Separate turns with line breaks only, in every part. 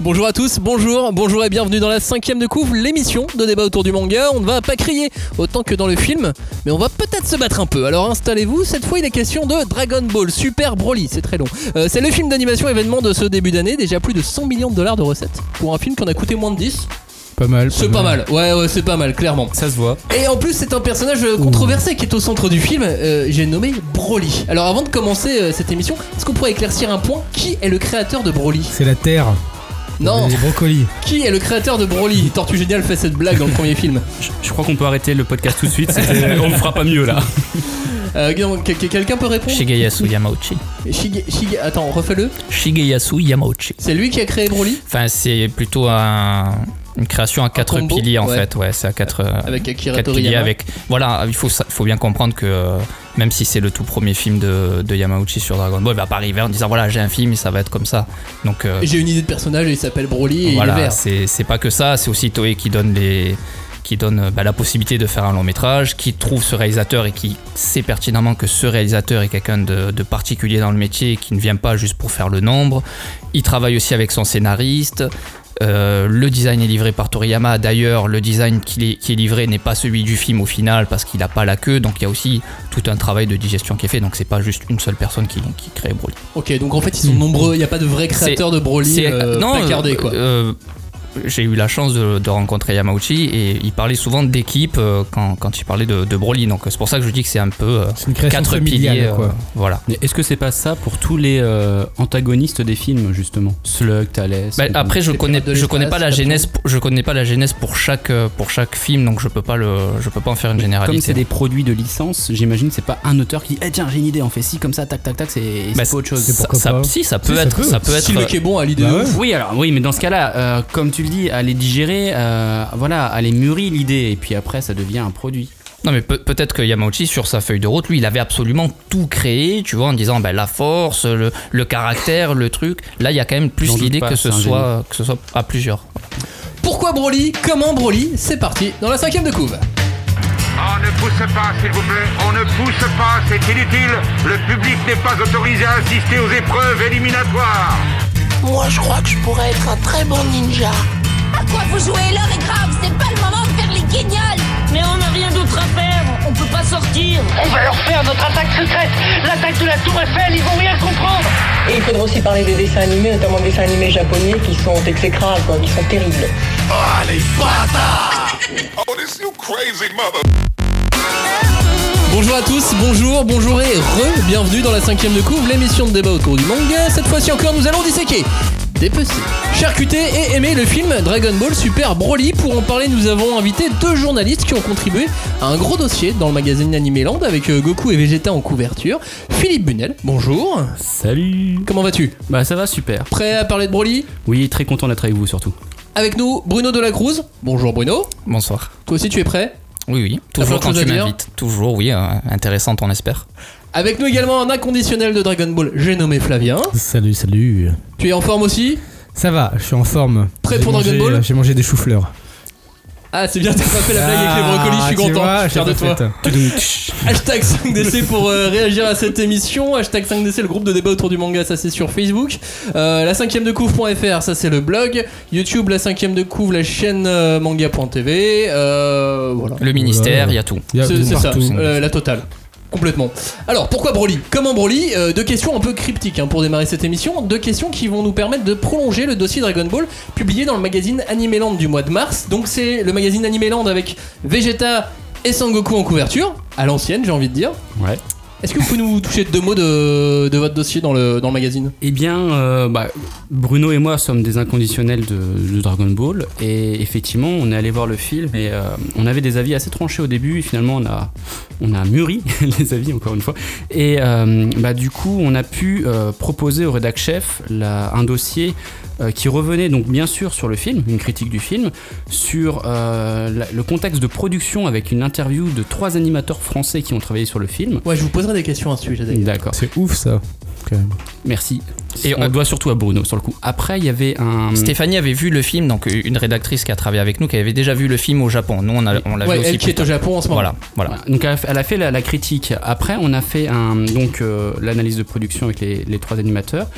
Bonjour à tous, bonjour, bonjour et bienvenue dans la cinquième de couvre, l'émission de débat autour du manga. On ne va pas crier autant que dans le film, mais on va peut-être se battre un peu. Alors installez-vous, cette fois il est question de Dragon Ball Super Broly, c'est très long. Euh, c'est le film d'animation événement de ce début d'année, déjà plus de 100 millions de dollars de recettes pour un film qu'on a coûté moins de 10.
Pas mal.
C'est pas mal, ouais, ouais, c'est pas mal, clairement.
Ça se voit.
Et en plus, c'est un personnage euh, controversé qui est au centre du film. euh, J'ai nommé Broly. Alors, avant de commencer euh, cette émission, est-ce qu'on pourrait éclaircir un point Qui est le créateur de Broly
C'est la terre.
Non,
Les brocolis.
qui est le créateur de Broly Tortue Génial fait cette blague dans le premier film.
Je, je crois qu'on peut arrêter le podcast tout de suite. c'était- on ne fera pas mieux là.
Euh, donc, quel- quel- Quelqu'un peut répondre
Shigeyasu Yamauchi.
Shige- Shige- Attends, refais-le.
Shigeyasu Yamauchi.
C'est lui qui a créé Broly
Enfin, c'est plutôt un- une création à quatre
combo,
piliers en
ouais.
fait. Ouais, c'est à quatre. euh,
avec Akira
quatre piliers
Toriyama.
avec. Voilà, il faut, sa- faut bien comprendre que euh, même si c'est le tout premier film de, de Yamauchi sur Dragon Ball, il va pas arriver en disant voilà j'ai un film et ça va être comme ça. Donc euh,
J'ai une idée de personnage et il s'appelle Broly et il est
voilà,
vert.
c'est c'est pas que ça, c'est aussi Toei qui donne les qui donne euh, bah, la possibilité de faire un long métrage, qui trouve ce réalisateur et qui sait pertinemment que ce réalisateur est quelqu'un de, de particulier dans le métier et qui ne vient pas juste pour faire le nombre. Il travaille aussi avec son scénariste. Euh, le design est livré par Toriyama. D'ailleurs, le design qui est, qui est livré n'est pas celui du film au final parce qu'il n'a pas la queue. Donc il y a aussi tout un travail de digestion qui est fait. Donc c'est pas juste une seule personne qui, qui crée Broly.
Ok, donc en fait, ils sont nombreux. Il n'y a pas de vrai créateur de Broly
Hmm. C'est-
euh,
non,
placardé,
euh,
quoi.
euh, j'ai eu la chance de, de rencontrer Yamauchi et il parlait souvent d'équipe euh, quand, quand il parlait de, de Broly. Donc c'est pour ça que je dis que c'est un peu euh,
C'est une création
quatre
familiale,
piliers. euh,
quoi.
voilà.
Mais Est-ce que c'est pas ça pour tous les euh, antagonistes des films justement Slug, Thales.
Bah,
et tout.
après je
les
connais
pirates de
je connais pas la
l'espace,
genèse pour- je connais pas la genèse pour chaque euh, pour chaque film donc je peux pas le je peux pas en faire une
comme c'est
généralité.
des produits de licence, j'imagine que c'est pas un auteur qui dit eh tiens j'ai une idée on fait ci comme ça tac tac tac c'est et c'est
Bah,
pas autre chose.
c'est
ça,
pourquoi
ça-
pas.
si ça peut
Si, ça
être
peut.
ça peut être euh,
Si le est bon à l'idée
Bah
de
ouais.
ouf.
Oui alors oui mais dans ce cas-là euh, comme tu le dis aller digérer euh, voilà aller mûrir l'idée et puis après ça devient un produit.
Non mais peut- peut-être que Yamauchi sur sa feuille de route, lui, il avait absolument tout créé, tu vois, en disant ben, la force, le, le caractère, le truc. Là, il y a quand même
J'en
plus
doute
l'idée
pas,
que ce
c'est un
soit que ce soit à plusieurs.
Pourquoi Broly Comment Broly C'est parti dans la cinquième de couve.
On Ah, ne pousse pas, s'il vous plaît. On ne pousse pas, c'est inutile. Le public n'est pas autorisé à assister aux épreuves éliminatoires.
Moi, je crois que je pourrais être un très bon ninja.
À quoi vous jouez L'heure est grave, c'est pas le moment de faire les guignols
Mais on n'a rien d'autre à faire, on peut pas sortir.
On va leur faire notre attaque secrète, l'attaque de la Tour Eiffel, ils vont rien comprendre.
Et il faudra aussi parler des dessins animés, notamment des dessins animés japonais qui sont exécrables, quoi, qui sont terribles.
Bonjour à tous, bonjour, bonjour et re-bienvenue dans la cinquième de couvre, l'émission de débat autour du manga. Cette fois-ci encore, nous allons disséquer, dépecer, charcuter et aimer le film Dragon Ball Super Broly. Pour en parler, nous avons invité deux journalistes qui ont contribué à un gros dossier dans le magazine Anime Land avec euh, Goku et Vegeta en couverture. Philippe Bunel, bonjour.
Salut.
Comment vas-tu
Bah ça va super.
Prêt à parler de Broly
Oui très content d'être avec vous surtout.
Avec nous, Bruno Delacruz. Bonjour Bruno.
Bonsoir.
Toi aussi, tu es prêt
Oui, oui. Toujours
beaucoup
quand
de
tu
choses à dire
m'invites. Toujours, oui. euh, intéressante, on espère.
Avec nous également un inconditionnel de Dragon Ball, j'ai nommé Flavien.
Salut, salut.
Tu es en forme aussi
Ça va, je suis en forme.
Prêt
J'ai
pour Dragon
mangé-
Ball
J'ai mangé des choux-fleurs.
Ah, c'est bien, t'as pas fait la blague avec les brocolis, je suis
Ah, tu
content.
vois,
je suis fier de
l'ai pas
toi.
faite.
Hashtag 5DC pour euh, réagir à cette émission. Hashtag 5DC, le groupe de débat autour du manga, ça c'est sur Facebook. Euh, la 5 de couvre.fr, ça c'est le blog. YouTube, la 5 de couvre, la chaîne euh, manga.tv. Euh, voilà.
Le ministère,
Voilà.
il y a tout.
Il y a
C'est
tout
c'est ça,
partout.
euh, la totale. Complètement. Alors, pourquoi Broly Comment Broly Euh, Deux questions un peu cryptiques hein, pour démarrer cette émission. Deux questions qui vont nous permettre de prolonger le dossier Dragon Ball publié dans le magazine Animeland du mois de mars. Donc, c'est le magazine Animeland avec Vegeta et Sangoku en couverture, à l'ancienne, j'ai envie de dire.
Ouais.
Est-ce que vous pouvez nous toucher de deux mots de, de votre dossier dans le, dans le magazine
Eh bien, euh, bah, Bruno et moi sommes des inconditionnels de, de Dragon Ball et effectivement, on est allé voir le film et euh, on avait des avis assez tranchés au début et finalement on a, on a mûri les avis encore une fois et euh, bah, du coup on a pu euh, proposer au rédac chef la- un dossier euh, qui revenait donc bien sûr sur le film, une critique du film, sur euh, la- le contexte de production avec une interview de trois animateurs français qui ont travaillé sur le film.
Ouais, je vous poserai des questions à ce sujet d'ailleurs.
D'accord.
C'est ouf ça. Quand même.
Merci.
Et
Et
on-
on doit surtout à Bruno sur le coup. Après, il y avait un.
Stéphanie avait vu le film, donc une rédactrice qui a travaillé avec nous, qui avait déjà vu le film au Japon. Nous, on, a- on l'a
Ouais,
vu aussi.
elle qui
plus
est au
tard.
Japon en ce moment.
Voilà, voilà.
Voilà. Donc elle a fait- elle a fait la, la critique. Après, on a fait un, donc euh, l'analyse de production avec les, les trois animateurs.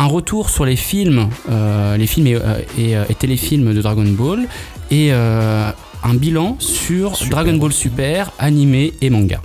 un retour sur les films, euh, les films et, euh, et, euh, et téléfilms de Dragon Ball et euh, un bilan sur Dragon Ball Super, animé et manga.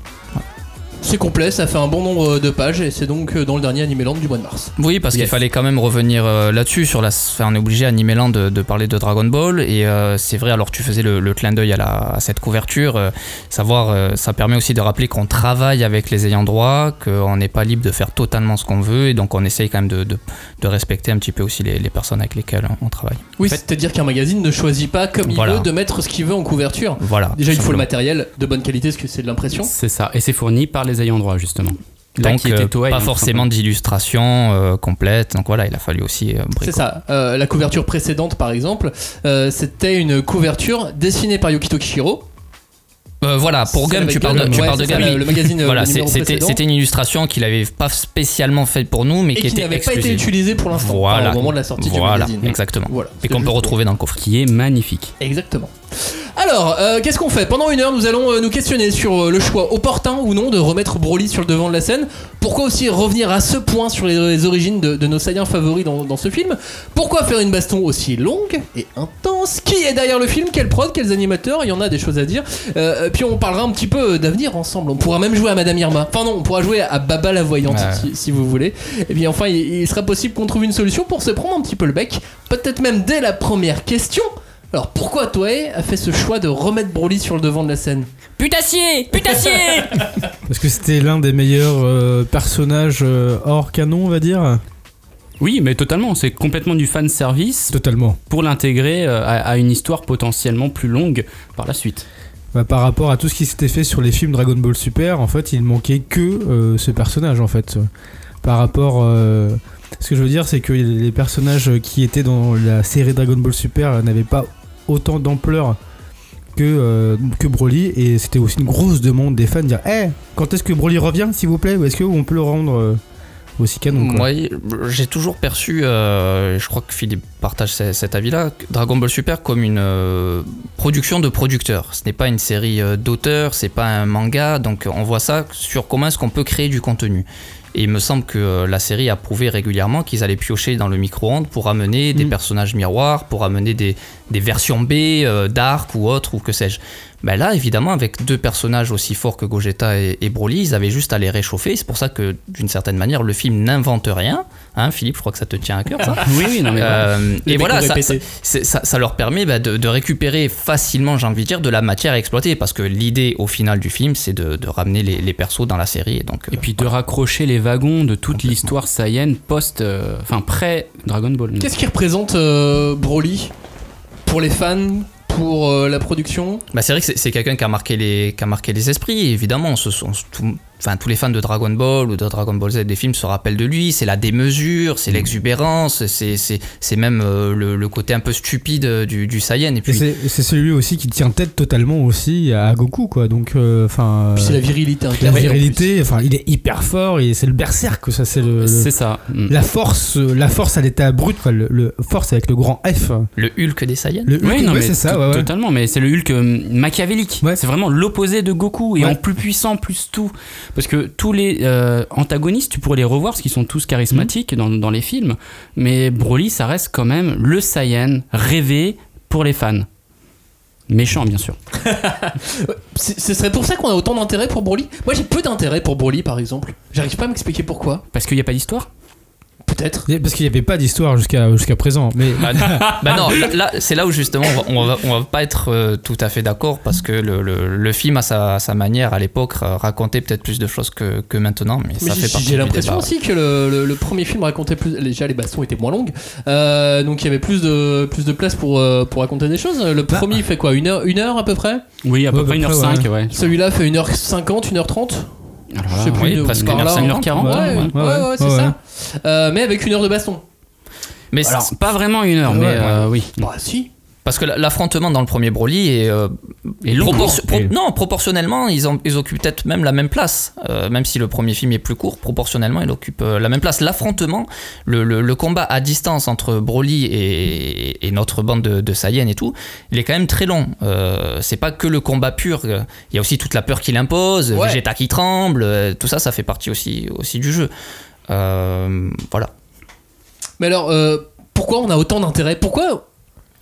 C'est complet, ça fait un bon nombre de pages et c'est donc euh, dans le dernier Animeland du mois de mars.
Oui, parce qu'il
Yes.
fallait quand même revenir euh, là-dessus. Sur la, enfin, on est obligé à Nimeland de, de parler de Dragon Ball. Et euh, c'est vrai, alors tu faisais le, le clin d'œil à, la- à cette couverture. euh, savoir, euh, ça permet aussi de rappeler qu'on travaille avec les ayants droit, qu'on n'est pas libre de faire totalement ce qu'on veut. Et donc on essaye quand même de, de- de respecter un petit peu aussi les, les personnes avec lesquelles on, on travaille.
Oui,
En fait-
c'est-à-dire qu'un magazine ne choisit pas comme
Voilà.
il veut de mettre ce qu'il veut en couverture.
Voilà.
Déjà, il faut le
simplement.
matériel de bonne qualité, parce que c'est de l'impression.
C'est ça, et c'est fourni par les ayants droit justement.
Donc,
L'activité
euh,
Toei,
pas
hein, tout
forcément d'illustration euh, complète. Donc voilà, il a fallu aussi. euh, bricoler.
C'est ça. Euh, la couverture précédente, par exemple, euh, c'était une couverture dessinée par Yukito Kishiro.
Euh, voilà, pour
C'est
Gum,
avec
tu parles de,
Gum,
tu
ouais,
parles de
c'est ça,
Gum.
le- le magazine, euh,
Voilà,
le numéro
c'est- c'était
précédent.
c'était une illustration qu'il avait pas spécialement faite pour nous, mais
Et,
qui,
qui
était
n'avait pas
exclusive.
été utilisée pour l'instant, enfin,
Voilà.
au moment de la sortie
voilà,
du magazine.
exactement.
Voilà.
Et qu'on peut retrouver dans le coffre.
Qui est magnifique.
Exactement. Alors, euh, qu'est-ce qu'on fait Pendant une heure, nous allons euh, nous questionner sur euh, le choix opportun ou non de remettre Broly sur le devant de la scène. Pourquoi aussi revenir à ce point sur les, les origines de, de nos Saiyans favoris dans, dans ce film Pourquoi faire une baston aussi longue et intense Qui est derrière le film Quelle prod Quels animateurs Il y en a des choses à dire. Euh, puis on parlera un petit peu euh, d'avenir ensemble. On pourra même jouer à Madame Irma. Enfin non, on pourra jouer à Baba la voyante
Ouais.
si, si vous voulez. Et bien enfin, il, il sera possible qu'on trouve une solution pour se prendre un petit peu le bec. Peut-être même dès la première question. Alors pourquoi Toei a fait ce choix de remettre Broly sur le devant de la scène
Putassier Putassier
Parce que c'était l'un des meilleurs euh, personnages euh, hors canon, on va dire.
Oui, mais totalement, c'est complètement du fan service
Totalement.
pour l'intégrer euh, à, à une histoire potentiellement plus longue par la suite.
Bah, par rapport à tout ce qui s'était fait sur les films Dragon Ball Super, en fait, il manquait que euh, ce personnage, en fait. Par rapport. euh, ce que je veux dire, c'est que les personnages qui étaient dans la série Dragon Ball Super euh, n'avaient pas autant d'ampleur que, euh, que Broly, et c'était aussi une grosse demande des fans de dire Eh, quand est-ce que Broly revient, s'il vous plaît Ou est-ce qu'on peut le rendre euh, aussi canon quoi
Moi, j'ai toujours perçu, euh, je crois que Philippe partage ce- cet avis-là, que Dragon Ball Super comme une euh, production de producteurs. Ce n'est pas une série euh, d'auteurs, c'est pas un manga, donc on voit ça sur comment est-ce qu'on peut créer du contenu. Et il me semble que euh, la série a prouvé régulièrement qu'ils allaient piocher dans le micro-ondes pour amener des
Mm.
personnages miroirs, pour amener des, des versions B, euh, d'Arc ou autre, ou que sais-je. Ben là, évidemment, avec deux personnages aussi forts que Gogeta et, et Broly, ils avaient juste à les réchauffer. C'est pour ça que, d'une certaine manière, le film n'invente rien. Hein, Philippe, je crois que ça te tient à cœur, ça.
Oui, oui, non mais. voilà.
Euh,
Les
et voilà,
mecs ont
ça,
répété.
ça- c'est- ça- ça leur permet bah, de, de récupérer facilement, j'ai envie de dire, de la matière à exploiter. Parce que l'idée, au final du film, c'est de, de ramener les, les persos dans la série. Et donc, euh,
Et puis de raccrocher les wagons de toute l'histoire saïenne post. euh, Enfin, près Dragon Ball.
Qu'est-ce qui représente euh, Broly pour les fans, pour euh, la production
Bah, c'est vrai que c'est- c'est quelqu'un qui a marqué les qui a marqué les esprits. Évidemment, on se- on se- tout- enfin tous les fans de Dragon Ball ou de Dragon Ball Z des films se rappellent de lui. C'est la démesure,
Mm.
c'est l'exubérance, c'est c'est c'est même euh, le, le côté un peu stupide euh, du du Saiyan. Et
Et
puis
c'est c'est celui aussi qui tient tête totalement aussi à Goku, quoi. Donc, euh, enfin.
Puis
euh,
c'est la virilité
La
incarnée, en
virilité, enfin, il est hyper fort et c'est le berserk, ça, c'est le, le-
C'est ça. Mm.
la force, euh, la force à l'état brut, quoi, le, le- force avec le grand F.
le Hulk des Saiyans.
Le,
Oui,
le-
non,
ouais,
mais
c'est ça,
to-
ouais, ouais.
totalement, mais c'est le Hulk euh, machiavélique.
Ouais.
C'est vraiment l'opposé de Goku, et
Ouais.
en plus puissant, plus tout. Parce que tous les euh, antagonistes, tu pourrais les revoir, parce qu'ils sont tous
Mm.
charismatiques dans, dans les films, mais Broly, ça reste quand même le Saiyan rêvé pour les fans. Méchant, bien sûr.
C'est- Ce serait pour ça qu'on a autant d'intérêt pour Broly Moi j'ai peu d'intérêt pour Broly par exemple. J'arrive pas à m'expliquer pourquoi.
Parce qu'il n'y a pas d'histoire
Peut-être.
Et- Parce qu'il n'y avait pas d'histoire jusqu'à jusqu'à présent, mais
Ah.
Bah,
Ah,
bah non, là, là, c'est là où justement on va, on va, on va pas être euh, tout à fait d'accord parce que le, le, le film à sa, sa manière à l'époque euh, racontait peut-être plus de choses que, que maintenant, mais,
Mais
ça fait
j'ai-
partie
j'ai
du
l'impression
débat.
aussi que le, le- le premier film racontait plus. Déjà les bastons étaient moins longues. Euh, donc il y avait plus de, plus de place pour, euh, pour raconter des choses. Le
Bah.
premier fait quoi une heure, une heure à peu près
Oui, à
peu
peu
Ouais, près
près
à peu 1h05,
1h05,
près,
ouais.
Celui-là fait 1h50, 1h30
Alors
Je
là,
sais plus,
oui,
de-
presque
par là,
1h50,
ouais,
ouais,
ouais,
ouais,
ouais,
ouais,
c'est
ouais.
ça. Euh, mais avec une heure de baston.
Mais
Alors, pas vraiment une heure,
Ouais,
mais
ouais.
euh, oui.
Bah si.
Parce que l'affrontement dans le premier Broly est. euh,
Et long.
propor- pro-
Et-
non, proportionnellement, ils, ont- ils occupent peut-être même la même place. Euh, même si le premier film est plus court, proportionnellement, il occupe euh, la même place. L'affrontement, le, le- le combat à distance entre Broly et, et notre bande de, de Saiyans et tout, il est quand même très long. Euh, c'est pas que le combat pur. euh, Il y a aussi toute la peur qu'il impose,
Ouais.
Vegeta qui tremble, euh, tout ça, ça fait partie aussi, aussi du jeu. Euh, voilà.
Mais alors, euh, pourquoi on a autant d'intérêt Pourquoi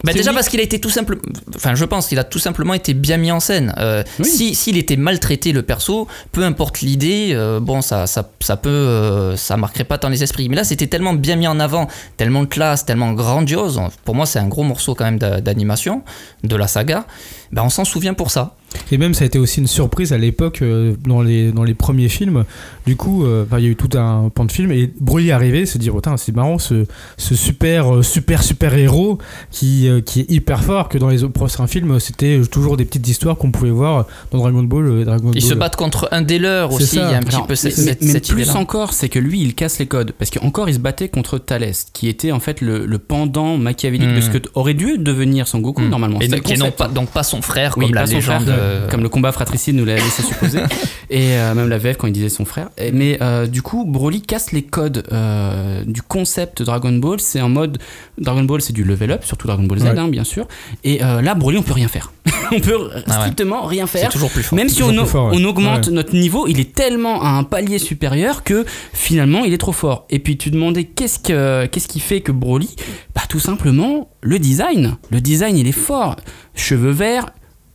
Bah
C'est
déjà
unique.
parce qu'il a été tout simple. Enfin, je pense qu'il a tout simplement été bien mis en scène. Euh,
Oui.
Si s'il était maltraité le perso, peu importe l'idée, euh, bon ça ça ça peut euh, ça marquerait pas tant les esprits. Mais là, c'était tellement bien mis en avant, tellement classe, tellement grandiose. Pour moi, c'est un gros morceau quand même d'a- d'animation de la saga. Bah, on s'en souvient pour ça.
Et même, ça a été aussi une surprise à l'époque euh, dans, les, dans les premiers films. Du coup, euh, enfin, il y a eu tout un pan de film. Et Broly est arrivé, se dire, putain, c'est marrant, ce, ce super, euh, super, super héros qui, euh, qui est hyper fort. Que dans les autres prochains films, c'était toujours des petites histoires qu'on pouvait voir dans Dragon Ball. euh, Dragon
Ils
Ball.
se battent contre un des leurs
C'est
aussi. Il y a
ça.
un petit
Alors,
peu cette,
mais-
cette-
mais
cette
plus
idée-là.
encore, c'est que lui, il casse les codes. Parce qu'encore, il se battait contre Thalès, qui était en fait le, le pendant machiavélique
Mm.
de ce que t- aurait dû devenir Son Goku normalement.
Et
C'était
donc,
le
qui est non
concept.
pas, donc pas son frère
Oui,
comme la
pas son
légende.
frère,
euh,
comme le combat fratricide nous l'a laissé supposer, et euh, même la VF quand il disait son frère. Et- mais euh, du coup, Broly casse les codes euh, du concept Dragon Ball. C'est en mode Dragon Ball, c'est du level up, surtout Dragon Ball Z,
Ouais.
hein, bien sûr. Et euh, là, Broly, on peut rien faire. on peut
Ah ouais.
strictement rien
c'est
faire.
toujours plus fort.
Même si
toujours
on,
plus fort, ouais.
on augmente
Ouais.
notre niveau, il est tellement à un palier supérieur que finalement il est trop fort. Et puis tu demandais qu'est-ce, que, qu'est-ce qui fait que Broly Bah tout simplement le design. Le design il est fort. Cheveux verts,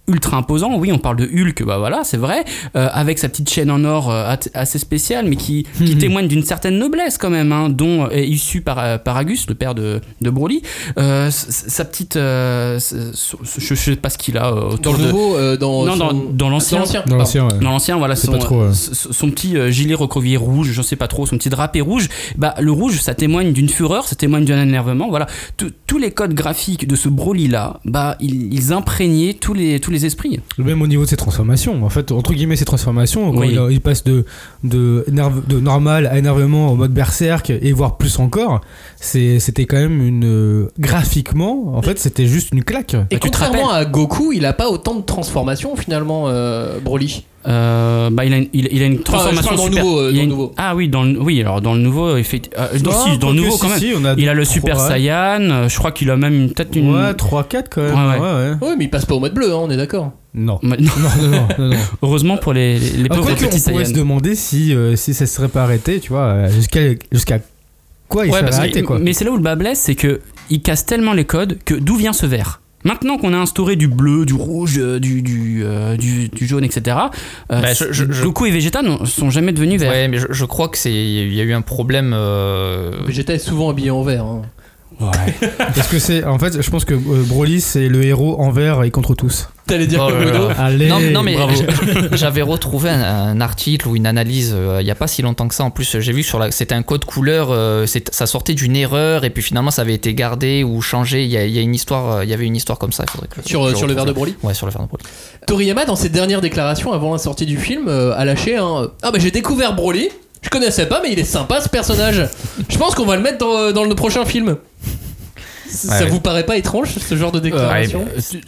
ultra imposant. Oui, on parle de Hulk, bah voilà, c'est vrai. Euh, avec sa petite chaîne en or euh, at- assez spéciale, mais qui, qui témoigne d'une certaine noblesse quand même, hein, dont est issu par, euh, par Agus, le père de, de Broly. Euh, s- s- sa petite. euh, s- s- je, je sais pas ce qu'il a euh,
Dans
autour
le
de.
nouveau, euh, dans,
Non,
son-
dans- dans l'ancien.
euh, Dans
pardon.
l'ancien, ouais.
Dans l'ancien, voilà,
C'est
son,
pas trop, ouais.
son- son petit euh, gilet recroquevillé rouge, je sais pas trop, son petit drapé rouge, bah, le rouge, ça témoigne d'une fureur, ça témoigne d'un énervement, voilà. Tous- Tous les codes graphiques de ce Broly-là, bah, ils, ils imprégnaient tous les, tous les esprits.
Même au niveau de ses transformations. En fait, entre guillemets, ses transformations, quand
Oui.
il, il passe de, de, nerve- de normal à énervement en mode berserk, et voire plus encore, c'est- c'était quand même une. euh, Graphiquement, en fait, c'était juste une claque.
Et
Bah, tu te
contrairement à Goku, il a pas autant de transformations finalement, euh, Broly.
Euh, bah, il, a une, il, il a une transformation
parle dans le
super-
nouveau, euh,
il
dans
a
le
une-
nouveau.
Ah oui, dans le, oui, alors dans le nouveau, effectivement.
Ah,
dans le
quoique,
nouveau
si,
quand même.
si, on a
Il a le
trois,
Super
ouais.
Saiyan, euh, je crois qu'il a même peut-être une.
Ouais, 3-4 quand même.
Ouais,
Ouais,
ouais.
ouais.
Oui, mais il passe pas au mode bleu, hein, on est d'accord.
Non.
Ma- non,
Non, non, non, non, non.
Heureusement pour les, les, les
Ah,
pauvres
quoi qu'on
petits
pourrait se
Saiyans.
demander si, euh, si ça serait pas arrêté, tu vois, euh, jusqu'à jusqu'à quoi il
Ouais,
serait
parce que-
arrêté, quoi.
Mais c'est là où le bas blesse, c'est que il casse tellement les codes que d'où vient ce vert Maintenant qu'on a instauré du bleu, du rouge, euh, du, du, euh, du, du jaune, etc., euh,
Bah, je- je- je-
Goku et Vegeta ne sont jamais devenus verts.
Ouais, mais je, je crois que c'est il y a eu un problème. euh,
J'étais souvent habillé en vert. hein.
Parce que c'est. En fait, je pense que euh, Broly, c'est le héros envers et contre tous.
T'allais dire
Oh
comme
là
Ludo
là.
Allez,
Non, non, mais
Eh, bravo.
j'- j'avais retrouvé un, un article ou une analyse euh, il n'y a pas si longtemps que ça. En plus, j'ai vu sur la, c'était un code couleur, euh, c'est- ça sortait d'une erreur et puis finalement ça avait été gardé ou changé. Il y a, il y a une histoire, euh, il y avait une histoire comme ça. il faudrait que-
Sur, euh,
je
sur le
retrouve.
verre de Broly
Ouais, sur le verre de Broly.
Toriyama, dans ses dernières déclarations avant la sortie du film, euh, a lâché un Ah bah j'ai découvert Broly, je connaissais pas, mais il est sympa ce personnage. je pense qu'on va le mettre dans, dans le prochain film. Ça
ouais.
vous paraît pas étrange ce genre de déclaration
Ouais, euh,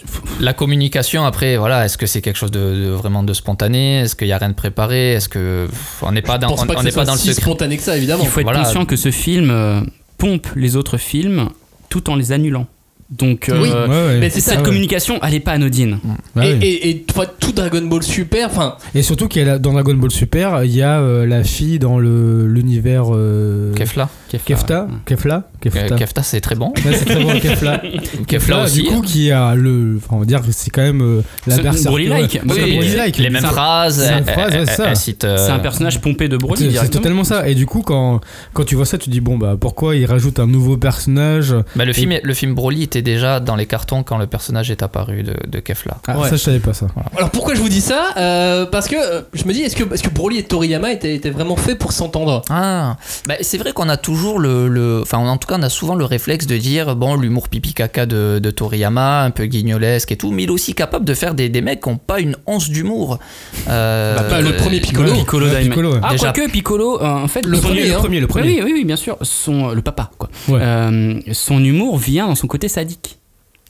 La communication après, voilà, est-ce que c'est quelque chose de, de vraiment de spontané Est-ce qu'il n'y a rien de préparé Est-ce que pff, on n'est pas
Je
dans,
pense
on,
pas
on
que
n'est
ce
pas
soit
dans le
si
secret
spontané que ça, évidemment.
Il faut être
Voilà.
conscient que ce film euh, pompe les autres films tout en les annulant. Donc, euh,
Oui.
Ouais, ouais.
Mais c'est ça,
cette
ouais.
communication, elle n'est pas anodine.
Euh.
Ouais,
et,
ouais.
et, et, toi, tout Dragon Ball Super, enfin,
Et surtout qu'il y a la- dans Dragon Ball Super, il y a euh, la fille dans le- l'univers euh,
Kefla,
Kefta, Kefla, Kefta.
Kefta, c'est très bon.
Ouais, c'est très bon, Kefla.
Kefla aussi.
Du coup, qui a le. Enfin, on va dire que c'est quand même euh, la
Ce-
berserk.
Broly-like.
ouais.
Oui,
C'est un
Oui,
Broly-like.
les mêmes
C'est un-
phrases.
c'est la
elle-
phrase,
elle-
ouais, ça.
elle cite, euh,
C'est un personnage pompé de Broly.
C'est- C'est
directement.
totalement ça. Et du coup, quand, quand tu vois ça, tu dis bon bah pourquoi il rajoute un nouveau personnage
bah, le, film, le film Broly était déjà dans les cartons quand le personnage est apparu de, de Kefla.
ah,
Ouais.
Ça, je savais pas ça.
Alors pourquoi je vous dis ça Euh, Parce que euh, je me dis, est-ce que, est-ce que Broly et Toriyama étaient, étaient vraiment faits pour s'entendre
Ah, bah, c'est vrai qu'on a toujours le, le- Enfin, en tout cas, on a souvent le réflexe de dire bon, l'humour pipi-caca de, de Toriyama, un peu guignolesque et tout, mais il est aussi capable de faire des, des mecs qui n'ont pas une once d'humour. Euh,
Bah, pas le premier Piccolo.
Ouais,
Piccolo Daima.
ouais.
Ah,
Déjà-
quoique Piccolo, euh, en fait,
Le
son-
premier, hein.
premier, le premier.
Oui, oui, oui, bien sûr.
euh,
Son, le papa, quoi.
Ouais.
Euh, son humour vient dans son côté sadique.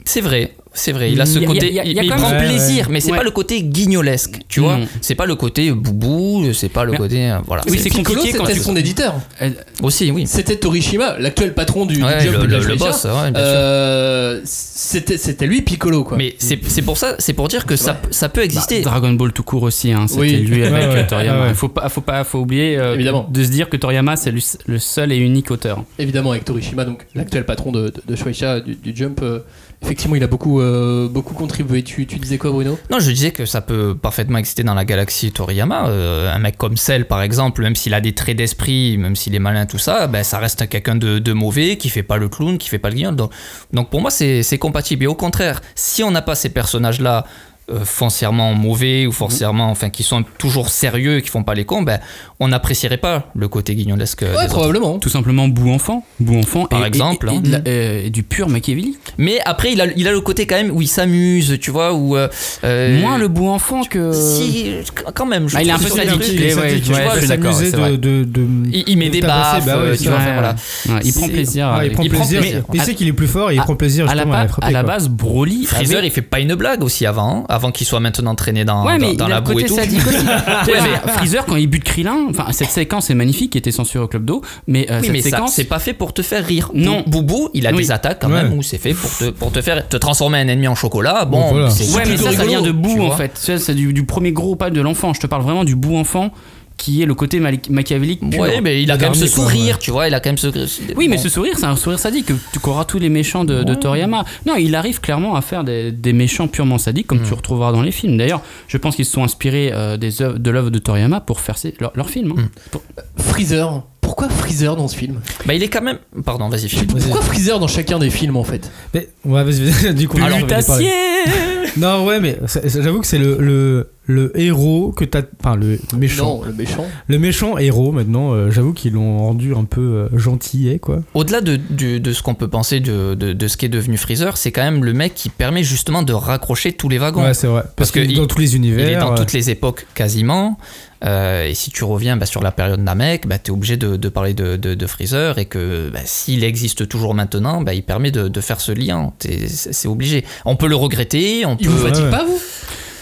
C'est vrai.
C'est vrai, il a ce
Il y a-
côté.
Il y a, il y a
il- il
quand même
prend
un
Ouais,
plaisir, mais c'est
Ouais.
pas le côté guignolesque, tu vois.
Non.
Mm.
C'est pas le côté boubou, c'est pas le
Mais-
côté. euh, Voilà.
Oui,
C'est-
c'est
Piccolo,
compliqué quand
c'était
tu-
son éditeur.
Aussi, oui.
C'était Torishima, l'actuel patron du, du
Ouais,
job
le,
de
le-
Black
le
Fleischer.
boss, ouais, Ah, bien sûr.
Euh, c'était c'était lui Piccolo quoi.
Mais c'est c'est pour ça, c'est pour dire que ça, ça peut
Bah,
exister.
Dragon Ball tout court aussi, hein, c'était
Oui.
lui avec
Ouais, ouais,
euh, Toriyama.
ouais, ouais.
Faut pas, faut pas, faut oublier euh,
Évidemment.
de se dire que Toriyama c'est le, le seul et unique auteur.
Évidemment avec Torishima donc l'actuel patron de, de, de Shueisha, du, du Jump. euh, effectivement il a beaucoup euh, beaucoup contribué. Tu, tu disais quoi Bruno
Non, je disais que ça peut parfaitement exister dans la galaxie Toriyama. Euh, un mec comme Cell, par exemple, même s'il a des traits d'esprit, même s'il est malin, tout ça, ben, ça reste quelqu'un de, de mauvais, qui fait pas le clown, qui fait pas le guignol. Donc, donc pour moi, c'est c'est compatible. Et au contraire, si on n'a pas ces personnages-là euh, foncièrement mauvais ou foncièrement, enfin, qui sont toujours sérieux, qui font pas les cons, ben, on n'apprécierait pas le côté guignolesque. des
Ouais
autres.
probablement.
Tout simplement Bou enfant, Bou enfant
Par
et- et-
exemple,
et,
hein.
de la- euh, et du pur Machiavelli.
Mais après, il a, il a le côté quand même où il s'amuse, tu vois, où. euh, euh,
Moins le Bou enfant que.
Si, quand même. je
Ah, il est un
trouve
peu
sur les
sympathique,
trucs.
il est- ouais,
sympathique,
je vois,
il
je suis
peut
d'accord,
s'amuser
c'est vrai.
de, de, de-
Il, il met
de
des
tabasser,
baffes,
bah ouais,
euh,
c'est
tu vois,
vrai.
enfin, voilà.
Ouais, Ah, il prend
C'est-
plaisir. à-
Ouais, Ah, il prend
il prend
plaisir.
plaisir.
il- Il sait qu'il est plus fort et il
à-
prend plaisir
à la,
justement
ba-
à la frapper.
à la
quoi.
base, Broly.
Freezer,
avait-
il fait pas une blague aussi avant, hein, avant qu'il soit maintenant traîné dans,
Ouais,
dans-
mais
dans
il a
la
le
boue et
côté
tout.
sadique aussi.
Ah
Ouais, mais Freezer, quand il bute Krillin, enfin, cette séquence est magnifique, qui était censurée au Club d'eau, mais euh,
Oui,
cette
mais ça,
séquence.
c'est pas fait pour te faire rire.
Non.
Bou- Boubou, il a
Oui.
des attaques quand
Ouais.
même où c'est fait pour te, pour te faire te transformer un ennemi en chocolat. Bon,
Donc voilà.
c'est
Ouais, mais
plutôt
ça, ça
rigolo,
vient de
tu
bout en
vois.
fait. Ça, C'est du, du premier gros pas de l'enfant. Je te parle vraiment du bout enfant qui est le côté mali- machiavélique. pur.
Ouais, mais il a
Le
quand même ce
dernier, quoi,
sourire, tu vois, il a quand même ce.
Oui, mais
bon.
ce sourire, c'est un sourire sadique que tu qu'aura tous les méchants de, de Toriyama. Non, il arrive clairement à faire des, des méchants purement sadiques, comme
Mm.
tu retrouveras dans les films. D'ailleurs, je pense qu'ils se sont inspirés euh, des œuvres- de l'œuvre de Toriyama pour faire ses- leur, leur film. hein. Pour-
Freezer. Pourquoi Freezer dans ce film
Bah, il est quand même. Pardon, vas-y, Philippe.
Vas-y.
Pourquoi Freezer dans chacun des films en fait
Mais- ouais, vas-y, vas-y, du coup,
Alors,
je vais parler. Non, ouais, mais ça- ça- j'avoue que c'est le, le, le héros que t'as. Enfin, le méchant.
Non le méchant.
Le méchant héros, maintenant, euh, j'avoue qu'ils l'ont rendu un peu euh, gentillet, quoi.
Au-delà de, du- de ce qu'on peut penser de, de, de ce qu'est devenu Freezer, c'est quand même le mec qui permet justement de raccrocher tous les wagons.
Ouais, c'est vrai. Parce,
Parce
que,
que
dans tous les univers.
Il est dans
euh,
toutes les époques quasiment. Euh, et si tu reviens bah, sur la période Namek, bah, tu es obligé de, de parler de, de- de Freezer et que bah, s'il existe toujours maintenant, bah, il permet de, de faire ce lien. T'es- C'est c'est obligé. On peut le regretter, on
Il
peut.
vous fatigue
ouais.
pas vous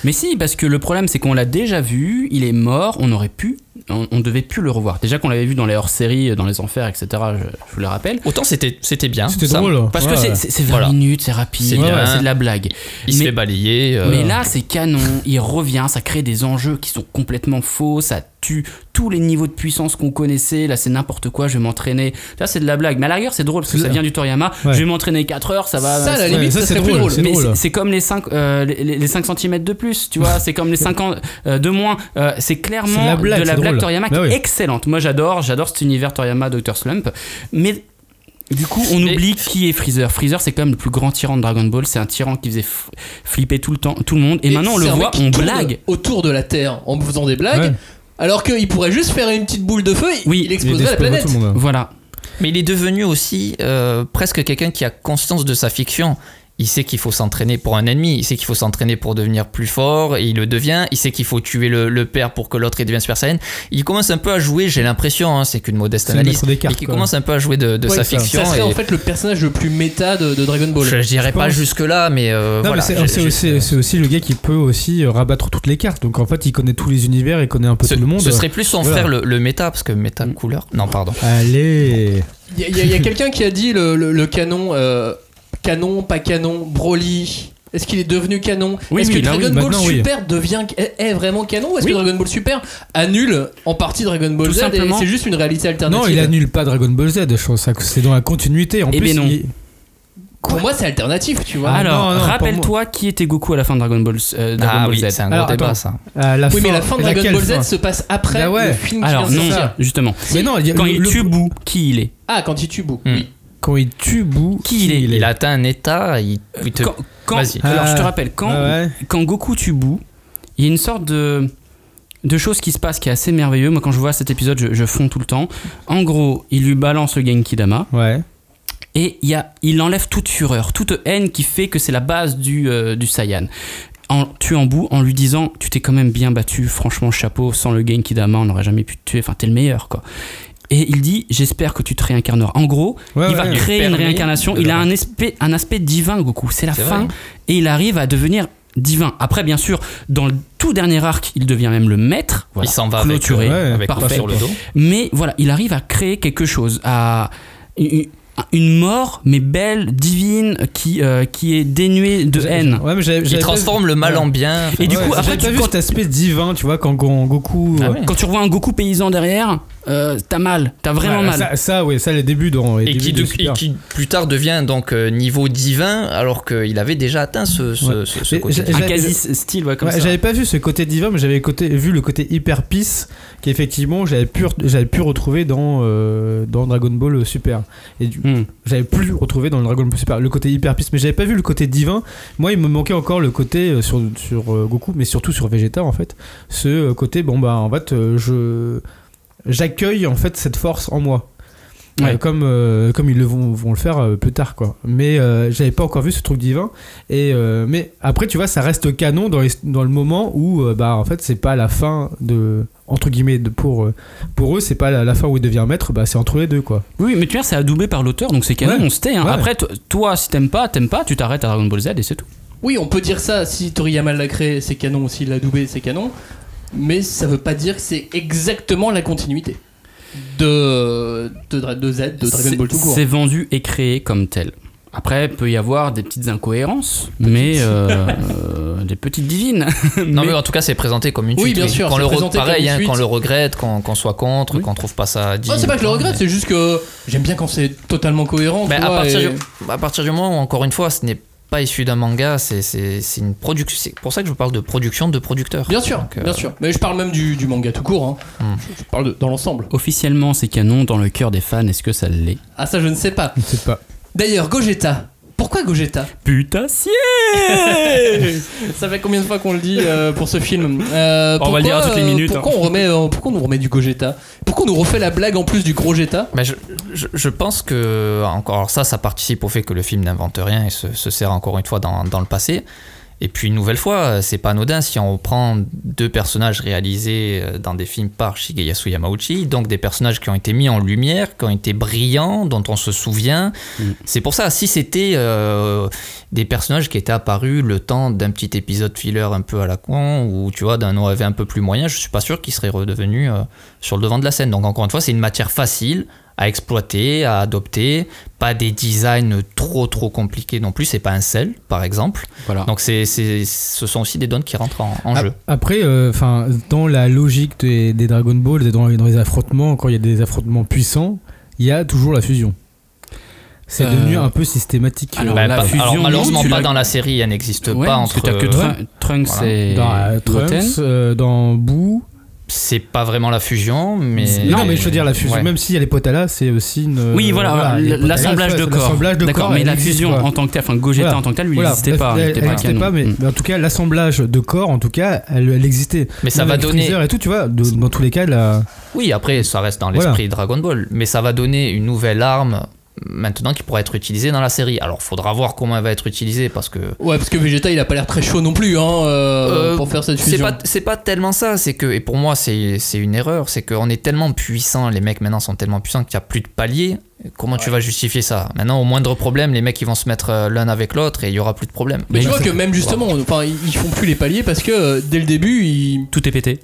Mais si, parce que le problème, c'est qu'on l'a déjà vu, il est mort, on aurait pu, on, on devait plus le revoir. Déjà qu'on l'avait vu dans les hors-séries, dans les enfers, etc., je, je vous le rappelle.
Autant c'était c'était bien.
C'était
ça-
drôle.
Parce que
Ouais.
c'est- c'est c'est 20
Voilà.
minutes, c'est rapide,
C'est
c'est
bien.
de la blague.
Il se
Mais-
fait balayer. euh,
Mais là, c'est canon, il revient, ça crée des enjeux qui sont complètement faux, ça tue tous les niveaux de puissance qu'on connaissait, là c'est n'importe quoi, je vais m'entraîner. Là, c'est de la blague, mais à la rigueur, c'est drôle parce que
C'est
ça
ça.
vient du Toriyama,
Ouais.
je vais m'entraîner 4 heures, ça va.
Ça à la
Ah bah, ouais,
limite
ça,
ça
c'est
serait plus
drôle,
drôle.
c'est
mais
drôle. hein.
c'est- c'est comme les 5, les, les 5 cm de plus, tu vois, c'est comme les 5 de moins. euh, c'est
C'est
clairement
de la blague,
de la
c'est
blague
drôle.
Toriyama qui
Bah oui.
est excellente. Moi j'adore, j'adore cet univers Toriyama, Dr. Slump. Mais du coup, on
Mais-
oublie qui est Freezer. Freezer, c'est quand même le plus grand tyran de Dragon Ball. C'est un tyran qui faisait f- flipper tout le temps, tout le monde. Et, maintenant, on le
c'est un
voit,
mec qui
on
tourne
blague.
Autour de la Terre en faisant des blagues.
Ouais.
Alors qu'il pourrait juste faire une petite boule de feu, il-
Oui,
il
il
Il
exploserait la
explose
planète.
tout le monde. hein.
Voilà.
Mais il est devenu aussi euh, presque quelqu'un qui a conscience de sa fiction. Il sait qu'il faut s'entraîner pour un ennemi, il sait qu'il faut s'entraîner pour devenir plus fort, et il le devient, il sait qu'il faut tuer le, le père pour que l'autre il devienne Super Saiyan. Il commence un peu à jouer, j'ai l'impression, hein, c'est qu'une modeste
C'est le
analyse,
maître des cartes,
et qui
quoi.
commence un peu à jouer de, de
Ouais,
sa
ça.
fiction.
Ça serait
et
en fait le personnage le plus méta de, de Dragon Ball.
je, je dirais pas
pense.
jusque-là, mais euh,
Non,
voilà.
mais
j'ai-
c'est- c'est
j'ai-
aussi, c'est aussi le gars qui peut aussi euh, rabattre toutes les cartes. Donc en fait, il connaît tous les univers, il connaît un peu
ce,
tout le monde.
ce serait plus son
Voilà. Mm.
frère le, le méta, parce que méta couleur. Non, pardon.
Allez
Il y a- il y a, il y a quelqu'un qui a dit le, le- le canon, euh, canon, pas canon, Broly. Est-ce qu'il est devenu canon
Oui,
Est-ce
oui,
que
là, oui,
Dragon Ball
maintenant, oui.
Super devient est, est vraiment canon ou est-ce
Oui.
que Dragon Ball Super annule en partie Dragon Ball
Tout
Z et
simplement.
c'est juste une réalité alternative
Non, il annule pas Dragon Ball Z. je trouve ça- C'est dans la continuité. En
Eh
plus,
ben non.
il-
Pour moi, c'est alternatif, tu vois.
Ah,
Alors,
non, non, pour
rappelle-toi qui était Goku à la fin de Dragon Ball, euh, Dragon
Ah
Ball
oui,
Z.
c'est un
Alors,
gros débat,
attends.
ça.
à Euh, la
oui,
fin-
mais la fin de
laquelle
Dragon Ball
fin
Z se passe après
Bah ouais.
le film qui
Alors
vient de
non,
sortir.
justement.
Mais non, il y a-
Quand
le-
il
le-
tue Bou, qui il est
Ah, quand il tue Boo.
Hmm.
Oui.
quand il tue Bou,
Qui il est
Il a atteint un état, il, il te-
Quand, quand-
Vas-y.
alors, je te
Ah.
rappelle, quand,
Ah ouais.
quand Goku tue Boo, il y a une sorte de, de chose qui se passe qui est assez merveilleux. Moi, quand je vois cet épisode, je, je fonds tout le temps. En gros, il lui balance le Genkidama
Ouais.
et il, y a, il enlève toute fureur, toute haine qui fait que c'est la base du, euh, du Saiyan. En tuant Boo, en lui disant Tu t'es quand même bien battu, franchement, chapeau, sans le Genkidama, on n'aurait jamais pu te tuer, enfin, t'es le meilleur, quoi. Et il dit J'espère que tu te réincarneras. En gros,
Ouais, ouais,
il va
ouais.
créer une
permet
réincarnation.
de
Il
le
a un aspect, un aspect divin, Goku. C'est la
C'est
fin.
vrai.
Et il arrive à devenir divin. Après, bien sûr, dans le tout dernier arc, il devient même le maître. Voilà,
il s'en va
clôturé.
avec, euh,
Ouais,
avec
parfait.
sur le dos.
Mais voilà, il arrive à créer quelque chose, à une, une mort, mais belle, divine, qui, euh, qui est dénuée de haine.
Ouais, mais j'avais-
Il
j'avais pas-
transforme le mal en bien.
Et du
Ouais,
coup,
j'avais
après,
pas
tu,
vu
quand,
cet aspect divin, tu vois, quand Gon- Goku.
Ah
euh,
ouais.
quand tu revois un Goku paysan derrière, euh, t'as mal, t'as vraiment
voilà,
mal.
Ça, ça, ouais, ça les débuts dans. les
Et
débuts
qui,
de
de-
Super.
et qui, plus tard devient donc euh, niveau divin alors qu'il avait déjà atteint ce, ce, ce- ce
Mais
côté.
j'ai-
un
j'avais-
quasi style, ouais, comme
Ouais,
ça.
j'avais pas vu ce côté divin, mais j'avais côté- vu le côté hyper peace qu'effectivement j'avais pu, re- j'avais pu retrouver dans, euh, dans Dragon Ball Super. Et du-
Hmm.
j'avais plus retrouvé dans le Dragon Ball Super le côté hyper peace, mais j'avais pas vu le côté divin. Moi, il me manquait encore le côté euh, sur, sur euh, Goku, mais surtout sur Vegeta en fait. Ce euh, côté, bon bah en fait, euh, je j'accueille en fait cette force en moi.
Ouais.
Euh, comme, euh, comme ils le vont, vont le faire euh, plus tard quoi. Mais euh, j'avais pas encore vu ce truc divin. Et euh, mais après, tu vois, ça reste canon dans, les- dans le moment où, euh, bah, en fait, c'est pas la fin de entre guillemets de pour euh, pour eux, c'est pas la, la fin où il devient maître, bah, c'est entre les deux quoi.
Oui, mais tu vois, c'est adoubé par l'auteur, donc c'est canon,
Ouais.
on se tait. hein.
Ouais.
Après, to- toi, si t'aimes pas, t'aimes pas, tu t'arrêtes à Dragon Ball Z et c'est tout.
Oui, on peut dire ça. Si Toriyama l'a créé, c'est canon. S'il l'a doublé, c'est canon. Mais ça veut pas dire que c'est exactement la continuité de, de, Dra- de Z, de Dragon
C'est-
Ball tout court.
C'est vendu et créé comme tel. Après, peut y avoir des petites incohérences, mais euh, euh, des petites divines.
Non mais en tout cas c'est présenté comme une
Oui,
suite.
bien sûr,
Quand
c'est
le re-
présenté comme
pareil,
une
hein,
suite.
quand le regrette, quand qu'on soit contre,
Oui.
qu'on trouve pas ça.
Ah, c'est pas que je le regrette, c'est juste que j'aime bien quand c'est totalement cohérent.
Ben,
tu
à,
vois,
partir
et-
du, à partir du moment où, encore une fois, ce n'est pas issu d'un manga, c'est c'est- c'est une production. C'est pour ça que je vous parle de production de producteurs.
Bien sûr,
Donc, euh,
bien sûr. Mais je parle même du, du manga tout court. hein.
Hmm.
Je, je parle de- dans l'ensemble.
Officiellement, c'est canon dans le cœur des fans. Est-ce que ça l'est
Ah, ça, je ne sais pas.
Hmm.
Je sais pas.
D'ailleurs, Gogeta. Pourquoi Gogeta
Putain, si
Ça fait combien de fois qu'on le dit euh, pour ce film Euh,
On va le dire à toutes les minutes, hein.
Pourquoi, on remet, euh, pourquoi on nous remet du Gogeta Pourquoi on nous refait la blague en plus du gros Gogeta
Mais je, je- je pense que, encore alors ça, ça participe au fait que le film n'invente rien et se, se sert encore une fois dans, dans le passé. Et puis, une nouvelle fois, c'est pas anodin si on prend deux personnages réalisés euh, dans des films par Shigeyasu Yamauchi, donc des personnages qui ont été mis en lumière, qui ont été brillants, dont on se souvient. C'est pour ça, si c'était euh, des personnages qui étaient apparus le temps d'un petit épisode filler un peu à la con, ou tu vois, d'un OAV un peu plus moyen, je suis pas sûr qu'ils seraient redevenus euh, sur le devant de la scène. Donc, encore une fois, c'est une matière facile à exploiter, à adopter, pas des designs trop trop compliqués non plus, c'est pas un sel par exemple.
Voilà.
Donc c'est, c'est- ce sont aussi des dons qui rentrent en, en
Ap-
jeu.
Après, euh, enfin, dans la logique des, des Dragon Ball, et dans, dans les affrontements, quand il y a des affrontements puissants, il y a toujours la fusion. C'est
Euh,
devenu un peu systématique.
alors,
euh,
la
Bah, pas-
fusion, non,
malheureusement
tu
pas
l'as-
dans la série, elle n'existe
Ouais,
pas
parce que
entre.
t'as que
euh,
Tru- Trunks
voilà.
et
dans euh,
Goten.
Trunks, euh, dans Boo.
C'est pas vraiment la fusion, mais.
Non, mais je veux dire, la fusion,
Ouais.
même s'il y a les potala, c'est aussi une.
Oui,
euh,
voilà,
les
l-
Potala,
l'assemblage
c'est-
de
c'est
corps.
l'assemblage de
D'accord,
corps,
mais
elle
la
existe,
fusion
quoi.
en tant que telle, enfin Gogeta
Voilà.
en tant que tel, lui, il
Voilà,
n'existait
elle-
pas. il
Elle
était
elle
pas
existait
canon.
pas, mais,
Mm.
mais en tout cas, l'assemblage de corps, en tout cas, elle, elle existait.
Mais ça
Même
va
avec
donner-
Freezer et tout, tu vois, de- dans tous les cas, la.
Oui, après ça reste dans
Voilà.
l'esprit Dragon Ball, mais ça va donner une nouvelle arme maintenant qui pourra être utilisée dans la série. Alors faudra voir comment elle va être utilisée parce que.
Ouais, parce que Vegeta, il a pas l'air très chaud non plus hein, euh,
Euh,
pour faire cette
C'est
fusion.
pas, c'est pas tellement ça, c'est que, et pour moi c'est c'est une erreur, c'est qu'on est tellement puissant, les mecs maintenant sont tellement puissants qu'il n'y a plus de palier. Comment tu vas justifier ça Maintenant, au moindre problème, les mecs ils vont se mettre euh, l'un avec l'autre et il y aura plus de problème.
Mais tu
Bah,
vois
c'est-
que même justement, enfin, ils ils font plus les paliers parce que euh, dès le début, ils.
Tout est pété.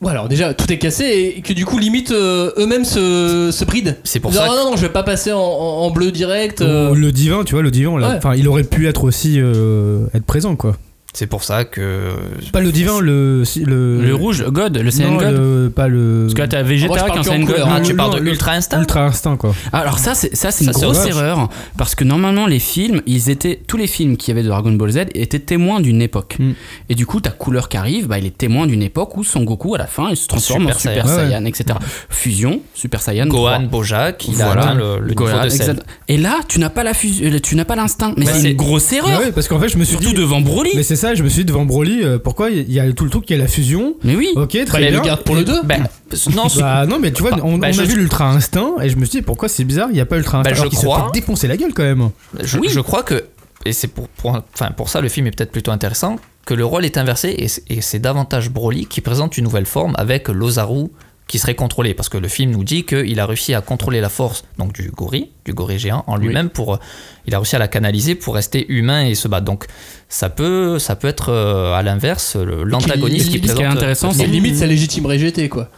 Bon, alors déjà, tout est cassé et que du coup, limite, euh, eux-mêmes se, se brident.
C'est pour
Ils disent,
ça
Ah, non, non, je vais pas passer en, en- en bleu direct. euh.
Ou le divin, tu vois, le divin, là,
Ouais.
enfin, il aurait pu être aussi euh, être présent, quoi.
C'est pour ça que.
Pas le divin, le si- le,
Le rouge, le God, le Saiyan
Euh, non,
God.
le- pas le
Parce que là, t'as
Moi, je
Vegeta
parle
qui est un
que en
Saiyan God.
couleur.
Ah, tu
le-
parles de
le-
Ultra Instinct
ultra instinct, quoi.
Alors ça, c'est ça, c'est
Ça,
une
c'est
grosse
dommage.
erreur parce que normalement les films, ils étaient tous les films qu'il y avait de Dragon Ball Z étaient témoins d'une époque.
Hmm.
Mm.
Et du coup, ta couleur qui arrive, bah, il est témoin d'une époque où Son Goku à la fin, il se transforme
Super
en Super
Saiyan.
Saiyan, etc. Fusion, Super Saiyan.
Gohan,
3.
Bojack, il
Voilà.
a atteint le, le
Gohan,
niveau de Cell.
exact. Et là, tu n'as pas la fusion, euh, tu n'as pas l'instinct. Mais
Bah,
c'est
c'est-
une grosse erreur,
Mais oui, Ah parce qu'en fait, je me suis
surtout
dit.
devant Broly.
Mais
Mais,
c'est ça, je me suis dit devant Broly, euh, pourquoi il y a tout le truc, il y a la fusion.
oui.
Ok,
Bah, il
très
le
bien.
garde pour le 2.
Ben, non, c'est-
Bah non mais tu vois
Bah,
on,
bah,
on
je-
a vu l'ultra instinct et je me suis dit pourquoi c'est bizarre il n'y a pas ultra instinct
Bah, je
alors qu'il se
crois.
fait défoncer la gueule quand même
je,
Oui.
je crois que, et c'est pour, pour, enfin, pour ça le film est peut-être plutôt intéressant, que le rôle est inversé et, c'est- et c'est davantage Broly qui présente une nouvelle forme avec l'Ozaru qui serait contrôlé. Parce que le film nous dit qu'il a réussi à contrôler la force donc du gorille, du gorille géant en lui-même, oui. pour, il a réussi à la canaliser pour rester humain et se battre. Donc ça peut, ça peut être euh, à l'inverse l'antagoniste qui, qui, qui,
présente. Ce qui est
euh,
intéressant,
c'est limite ça légitimerait GT quoi.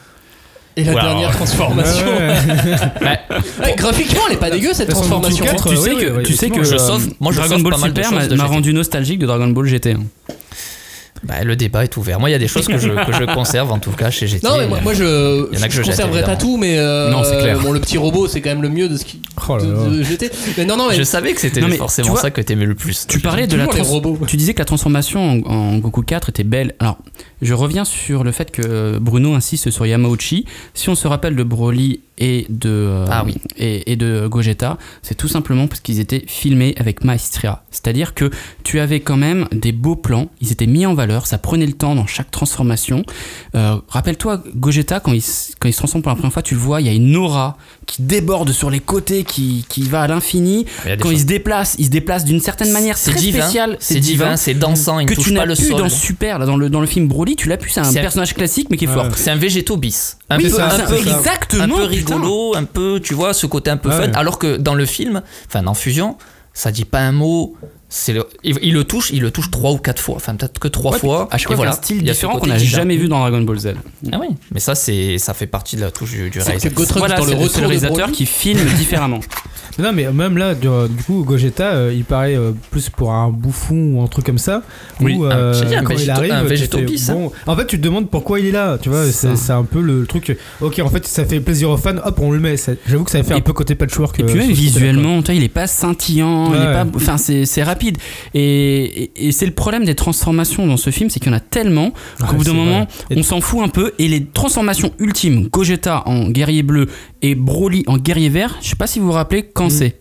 Et la wow. dernière
Bah,
transformation. Ouais. ouais, graphiquement, elle est pas dégueu cette Parce transformation.
Cas, tu, sais que, tu sais que euh,
je sauve, moi, je
Dragon Ball
pas mal
Super m'a rendu nostalgique de Dragon Ball hein. GT.
Bah, le débat est ouvert. Moi, il y a des choses que je, que je conserve en tout cas chez GT.
Non, mais moi, moi je, y en a que je, je jette, conserverai évidemment. pas tout, mais euh,
non, clair.
Bon, le petit robot, c'est quand même le mieux de ce qui oh là là. De, de GT. Mais non, non, mais...
je savais que c'était forcément vois, ça que t'aimais le plus.
Tu parlais de la trans... Tu disais que la transformation en, en, Goku 4 était belle. Alors, je reviens sur le fait que euh, Bruno insiste sur Yamauchi. Si on se rappelle de Broly et de euh,
ah oui.
et, et, de Gogeta, c'est tout simplement parce qu'ils étaient filmés avec maestria. C'est-à-dire que tu avais quand même des beaux plans, ils étaient mis en valeur, ça prenait le temps dans chaque transformation. Euh, Rappelle-toi Gogeta quand il, quand il se transforme pour la première fois, tu le vois, il y a une aura qui déborde sur les côtés, qui, qui va à l'infini. Quand choses. il se déplace, il se déplace d'une certaine manière très
divin,
spéciale.
C'est divin, c'est dansant, il
que
touche
tu
pas le
plus
sol.
dans Super, là, dans le dans le film Broly, tu l'as plus, c'est un personnage un... classique mais qui est fort.
C'est un végétaux bis. Un
oui, peu,
un
peu, exactement.
Un peu rigolo, un peu, tu vois, ce côté un peu ouais. fun. Alors que dans le film, enfin dans Fusion, ça dit pas un mot. C'est le, il, il, le touche, il le touche trois ou quatre fois, enfin peut-être que trois
ouais,
fois.
À chaque fois,
voilà,
un style différent qu'on n'a jamais vu dans Dragon Ball Z.
Ah oui, mais ça c'est, ça fait partie de la touche du, du
réalisateur.
Que
voilà, dans le,
le réalisateur qui filme différemment.
Non mais même là, du, du coup, Gogeta, euh, il paraît euh, plus pour un bouffon ou un truc comme ça.
Oui,
Ah,
où,
euh,
un,
quand végéto, il arrive, un fais,
pisse,
hein.
bon, En fait, tu te demandes pourquoi il est là. Tu vois, c'est un peu le, le, truc. Ok, en fait, ça fait plaisir aux fans. Hop, on le met. J'avoue que ça fait et, un peu côté patchwork. euh,
Et puis même visuellement, toi, il est pas scintillant. Ouais, il est pas. Enfin, c'est rapide. Et, et, et c'est le problème des transformations dans ce film, c'est qu'il y en a tellement qu'au ah, bout d'un moment, on s'en fout un peu. Et les transformations ultimes, Gogeta en guerrier bleu et Broly en guerrier vert, je sais pas si vous vous rappelez quand mmh. c'est.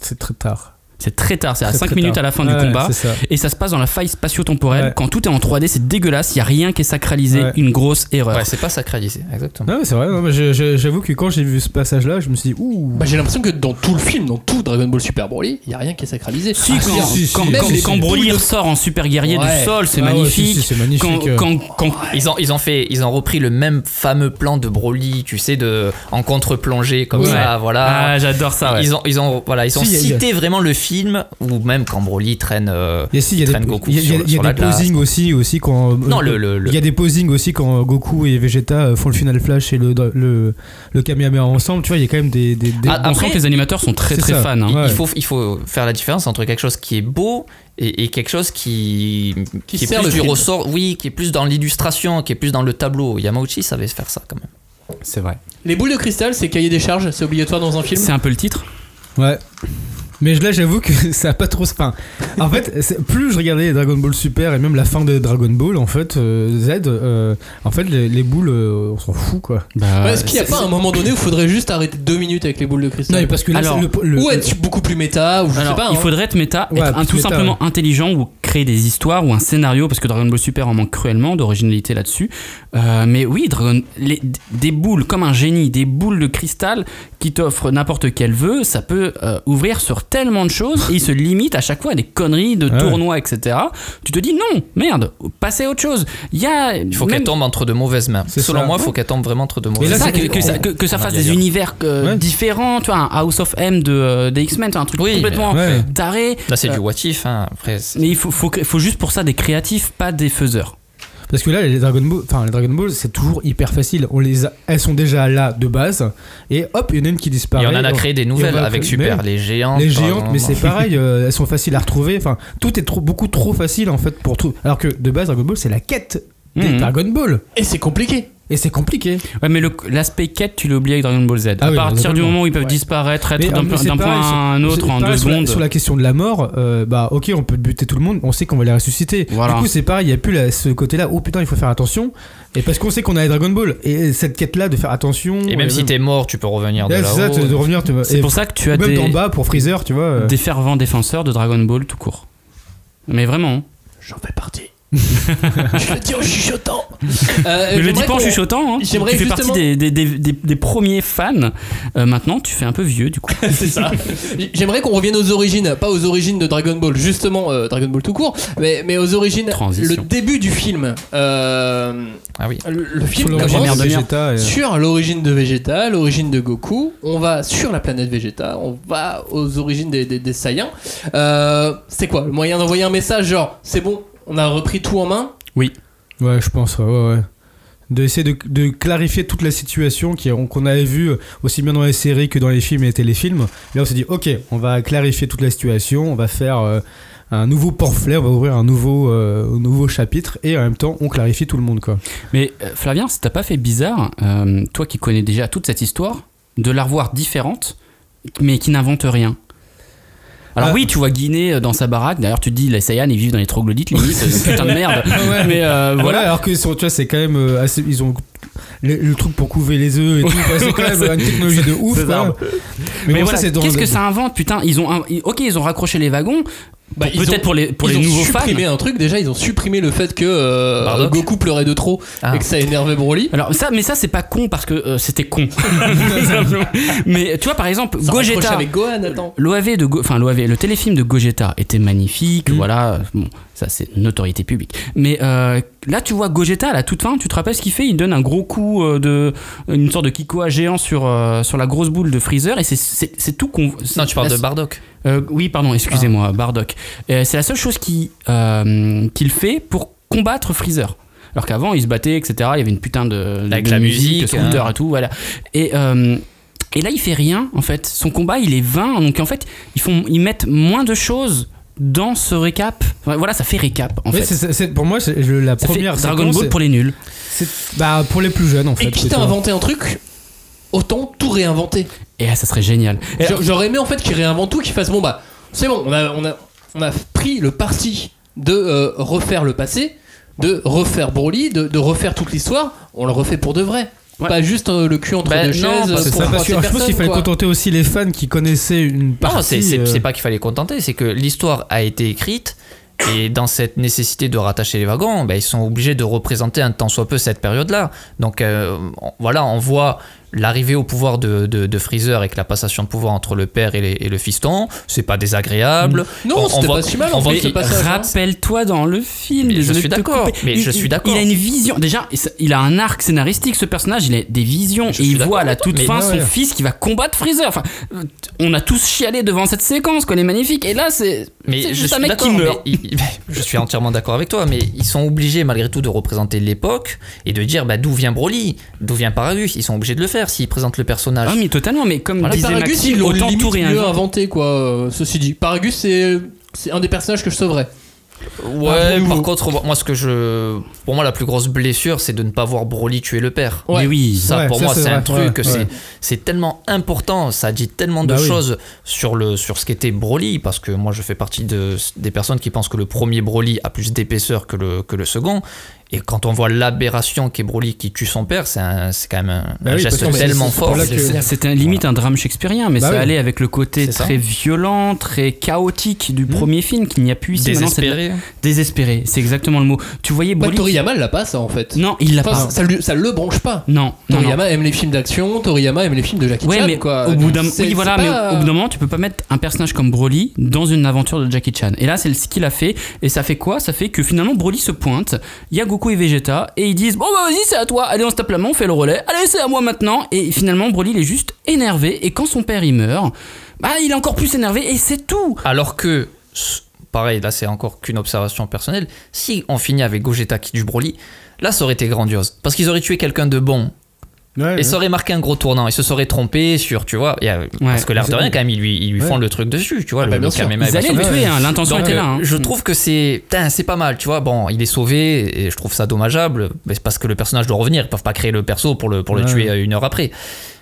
C'est très tard.
C'est très tard, c'est à 5 minutes tard. à la fin
ouais,
du combat.
Ça.
Et ça se passe dans la faille spatio-temporelle. Ouais. Quand tout est en 3D, c'est dégueulasse, il n'y a rien qui est sacralisé, ouais. une grosse erreur.
Ouais, c'est pas sacralisé, exactement.
Non, c'est vrai, j'avoue que quand j'ai vu ce passage-là, je me suis dit, ouh.
Bah, j'ai l'impression que dans tout le film, dans tout Dragon Ball Super Broly, il n'y a rien qui est sacralisé.
Si, ah, quand, si, quand, si, quand, si, Ah quand Broly ressort en super guerrier du sol, oh, c'est
Ah
magnifique.
magnifique.
Ils, ont, ils, ont fait, ils ont repris le même fameux plan de Broly, tu sais, de, en contre-plongée, comme ça, voilà.
Ah, j'adore ça,
Ils ont, ils ont, voilà, ils ont cité vraiment le film film ou même quand Broly traîne, euh,
il si, y a
traîne
des,
Goku
il y a,
sur, y a
sur des posings aussi aussi quand euh,
non, le, le,
il y a des posings aussi quand Goku et Vegeta euh, font le final flash et le le, le Kamehameha ensemble tu vois il y a quand même des, des, des...
Ah, on sent que les animateurs sont très très
ça.
fans hein.
il, ouais. il faut il faut faire la différence entre quelque chose qui est beau et, et, quelque chose qui,
qui,
qui est
sert
plus
le
du ressort, oui, qui est plus dans l'illustration, qui est plus dans le tableau. Yamauchi savait faire ça quand même.
C'est vrai.
Les boules de cristal, c'est cahier des charges, c'est obligatoire dans un film.
C'est un peu le titre.
Ouais. Mais là, j'avoue que ça a pas trop. Enfin, en fait, plus je regardais Dragon Ball Super et même la fin de Dragon Ball, en fait, euh, Z, euh, en fait, les, les boules, euh, on s'en fout quoi.
Bah, Est-ce qu'il n'y a est, pas un moment donné où il faudrait juste arrêter deux minutes avec les boules de cristal
Non, mais parce que là,
alors,
le, le,
ou être beaucoup plus méta, ou je
alors,
sais
hein.
pas. hein.
Il faudrait être méta, être ouais, un, tout méta, simplement ouais. intelligent ou créer des histoires ou un scénario, parce que Dragon Ball Super en manque cruellement d'originalité là-dessus. Euh, mais oui, Dragon, les, des boules comme un génie, des boules de cristal qui t'offrent n'importe quel vœu, ça peut euh, ouvrir sur tellement de choses et il se limite à chaque fois à des conneries de Ah ouais. tournois, etc. Tu te dis non, merde, passez à autre chose. Il y a
il faut même... qu'elle tombe entre de mauvaises mains. Selon
ça,
moi, il ouais. faut qu'elle tombe vraiment entre de mauvaises
mains.
Ça,
que, que, ça, que, que
Ah,
ça fasse des univers euh, ouais. différents, tu vois, un House of M de, euh, des X-Men, un truc
oui,
complètement taré.
Là, c'est euh, du what if, hein. Après,
mais il faut, faut, faut juste pour ça des créatifs, pas des faiseurs.
Parce que là, les Dragon Ball, enfin les Dragon Ball, c'est toujours hyper facile. On les a, elles sont déjà là de base, et hop, il y en a une qui disparaît.
Et on en a créé des nouvelles avec créé, Super, les
Hein,
géantes.
Les géantes, pardon, mais c'est pareil, euh, elles sont faciles à retrouver. Enfin, tout est trop, beaucoup trop facile en fait pour tout. Alors que de base, Dragon Ball, c'est la quête des
Mhm.
mmh. Dragon Ball.
Et c'est compliqué.
Et c'est compliqué.
Ouais, mais l'aspect quête, tu l'as oublié avec Dragon Ball Z.
Ah
à
oui,
partir du moment où ils peuvent
ouais. euh,
disparaître, être d'un point pareil, à un autre en
pareil,
deux
sur
secondes.
La, sur la question de la mort, euh, bah ok, on peut buter tout le monde, on sait qu'on va les ressusciter.
Voilà.
Du coup, c'est pareil, il n'y a plus la, ce côté-là, oh putain, il faut faire attention. Et parce qu'on sait qu'on a les Dragon Ball. Et cette quête-là de faire attention.
Et même si t'es mort, tu peux revenir de
là-haut. C'est ça, de revenir.
C'est pour ça que tu as
euh, même
des.
en bas pour Freezer, tu vois. euh,
Des fervents défenseurs de Dragon Ball tout court. Mais vraiment. hein.
J'en fais partie. Je le dis en chuchotant. Euh,
Mais le dis
j'aimerais
pas en
qu'on-
chuchotant, hein. tu
j'aimerais
fais
justement-
partie des, des- des- des- des premiers fans. Euh, maintenant, tu fais un peu vieux du coup.
C'est ça. J'aimerais qu'on revienne aux origines, pas aux origines de Dragon Ball, justement euh, Dragon Ball tout court, mais, mais aux origines,
Transition.
le début du film. Euh,
Ah oui.
le, le
Sur
film
l'origine
commence
de Vegeta et-
sur l'origine de Vegeta, l'origine de Goku. On va sur la planète Vegeta, on va aux origines des, des, des Saiyans. Euh, c'est quoi le moyen d'envoyer un message genre c'est bon, on a repris tout en main
Ouais, je pense, ouais, ouais. ouais. De essayer de, de clarifier toute la situation qui- qu'on avait vue aussi bien dans les séries que dans les films et les téléfilms. Là, on s'est dit, ok, on va clarifier toute la situation, on va faire euh, un nouveau pamphlet, on va ouvrir un nouveau, euh, un nouveau chapitre et en même temps, on clarifie tout le monde, quoi.
Mais euh, Flavien, ça t'a pas fait bizarre, euh, toi qui connais déjà toute cette histoire, de la revoir différente, mais qui n'invente rien alors
Ah.
oui, tu vois Guinée euh, dans sa baraque. D'ailleurs, tu te dis les Saiyans ils vivent dans les troglodytes, limite, euh, putain de merde. Mais euh,
Voilà,
voilà,
alors que, sur- tu vois, c'est quand même euh, assez. Ils ont le, le truc pour couver les œufs et tout, quoi, c'est quand même euh, une technologie de ouf,
C'est
quoi.
ça.
Mais,
Mais
bon,
voilà,
ça, c'est dans
qu'est-ce
le-
que ça invente Putain, ils ont un- ils- ok, ils ont raccroché les wagons.
Bah,
Pour-
ils
Peut-être
ont-
pour les pour
ils
les
ont
nouveaux fans.
supprimé un truc déjà, ils ont supprimé le fait que euh,
Bardock.
Goku pleurait de trop
Ah.
et que ça énervait Broly.
Alors ça, mais ça c'est pas con parce que euh, c'était con. Simplement. mais tu vois par exemple
Ça raccroche
Gogeta.
avec Gohan, attends.
L'OAV de Go- enfin l'OAV, le téléfilm de Gogeta était
Mm.
magnifique, voilà, euh, bon, ça c'est une notoriété publique. Mais euh, là tu vois Gogeta à la toute fin, tu te rappelles ce qu'il fait Il donne un gros coup euh, de une sorte de Kikoa géant sur euh, sur la grosse boule de Freezer et c'est- c'est c'est tout qu'on
Non, tu parles
la-
de Bardock. Ah.
euh, oui, pardon, excusez-moi, Bardock. Euh, c'est la seule chose qui, euh, qu'il fait pour combattre Freezer. Alors qu'avant, il se battait, etc. Il y avait une putain de,
Avec
de
la musique, hein.
de scooter et tout, voilà. Et, euh, et là, il fait rien, en fait. Son combat, il est vain. Donc, en fait, ils, font, ils mettent moins de choses dans ce récap. Enfin, voilà, ça fait récap, en
Oui,
fait.
c'est- c'est- c'est- pour moi, c'est le- la
Ça fait
première
Dragon
séquence,
Ball
c'est-
pour les nuls.
c'est- bah, pour les plus jeunes, en fait.
Et quitte
c'est
à
tout.
inventer un truc, autant tout réinventer.
Et ah, ça serait génial.
ah.
Et-
J'a- J'aurais aimé en fait qu'il réinvente tout, qu'il fasse bon bah c'est bon, on a, on a, on a pris le parti de euh, refaire le passé, de refaire Broly, de, de refaire toute l'histoire, on le refait pour de vrai.
Ouais.
Pas juste euh, le cul entre
Bah,
deux
non,
chaises.
parce
euh,
C'est
pour
ça, parce
froisser
que je pense
personne,
qu'il fallait
quoi.
contenter aussi les fans qui connaissaient une partie.
Non, c'est- c'est
euh,
c'est pas qu'il fallait contenter, c'est que l'histoire a été écrite. Et dans cette nécessité de rattacher les wagons, ben, ils sont obligés de représenter un tant soit peu cette période-là. Donc euh, on- voilà, on voit l'arrivée au pouvoir de, de- de Freezer avec la passation de pouvoir entre le père et, les- et le fiston. C'est pas désagréable.
Non, c'était
voit-
pas si mal, en
on voit
fait,
qu'il-
c'est pas ça.
Rappelle-toi dans le film.
Mais je
désolé
suis
de te
d'accord,
couper.
mais
Il-
je suis
il-
d'accord.
Il a une vision. Déjà, ça- il a un arc scénaristique. Ce personnage, il a des visions
Je
et
suis
il
d'accord
voit à la
avec toi,
toute
mais
fin
ouais,
son
ouais.
fils qui va combattre Freezer. Enfin, euh, t- on a tous chialé devant cette séquence. Quoi, elle est magnifique. Et là, c'est c'est
Mais je
juste un
suis
mec qui
d'accord,
meurt.
mais il- je suis entièrement d'accord avec toi, mais ils sont obligés malgré tout de représenter l'époque et de dire bah, d'où vient Broly, d'où vient Paragus. Ils sont obligés de le faire s'ils présentent le personnage.
Ah mais totalement. Mais comme
Voilà,
disait
Paragus, ils
Maxime,
l'ont
autant tout
limite mieux
réinventer.
inventé quoi, euh, ceci dit. Paragus, c'est c'est un des personnages que je sauverais.
Ouais,
Ah, bon,
par
vous-
contre, moi, ce que je. Pour moi, la plus grosse blessure, c'est de ne pas voir Broly tuer le père.
Mais
Ouais.
oui.
Ça,
Ouais,
pour
ça,
moi,
c'est
c'est un
vrai,
truc,
ouais,
c'est
ouais.
c'est tellement important, ça dit tellement de
Bah oui.
choses sur, le, sur ce qu'était Broly, parce que moi, je fais partie de, des personnes qui pensent que le premier Broly a plus d'épaisseur que le, que le second. Et quand on voit l'aberration qu'est Broly qui tue son père, c'est un- c'est quand même un,
Bah
un
oui,
geste
parce que c'est-
tellement
c'est pour
fort.
là
C'est-
que-
C'était limite un drame shakespearien, mais
Bah
ça
oui.
allait avec le côté
C'est ça.
très violent, très chaotique du premier film qu'il n'y a plus ici. Maintenant, c'est de la-
Désespéré.
Désespéré, c'est exactement le mot. Tu voyais
Bah,
Broly.
Toriyama l'a pas ça en fait.
Non, il l'a
Enfin,
pas.
ça, lui- ça le branche pas.
Non, non, non.
Toriyama aime les films d'action, Toriyama aime les films de Jackie
Ouais,
Chan
mais
quoi.
au bout d'un
C'est-
oui, voilà,
c'est
mais
pas-
au bout d'un moment, tu peux pas mettre un personnage comme Broly dans une aventure de Jackie Chan. Et là, c'est ce qu'il a fait. Et ça fait quoi Ça fait que finalement, Broly se pointe. Il y a Goku et Vegeta et ils disent bon bah vas-y, c'est à toi. Allez, on se tape la main, on fait le relais. Allez, c'est à moi maintenant. Et finalement, Broly il est juste énervé. Et quand son père il meurt, bah il est encore plus énervé. Et c'est tout.
Alors que, s- pareil, là c'est encore qu'une observation personnelle, si on finit avec Gogeta qui tue Broly, là ça aurait été grandiose. Parce qu'ils auraient tué quelqu'un de bon.
Ouais,
Et ça aurait marqué un gros tournant. Ils se seraient trompés sur, tu vois. et, euh, parce que l'air de
c'est
rien,
vrai.
quand même, ils lui, ils lui font
Ouais.
le truc dessus,
Ah
tu vois. le,
bah, bien
le
sûr.
Kamema
Ils
est
allaient
pas
le
sur-
tuer. hein, L'intention
Donc,
était là. hein.
euh, je trouve que c'est putain, c'est pas mal, tu vois. Bon, il est sauvé et je trouve ça dommageable, mais c'est parce que le personnage doit revenir. Ils peuvent pas créer le perso pour le pour le
Ouais.
tuer euh, une heure après.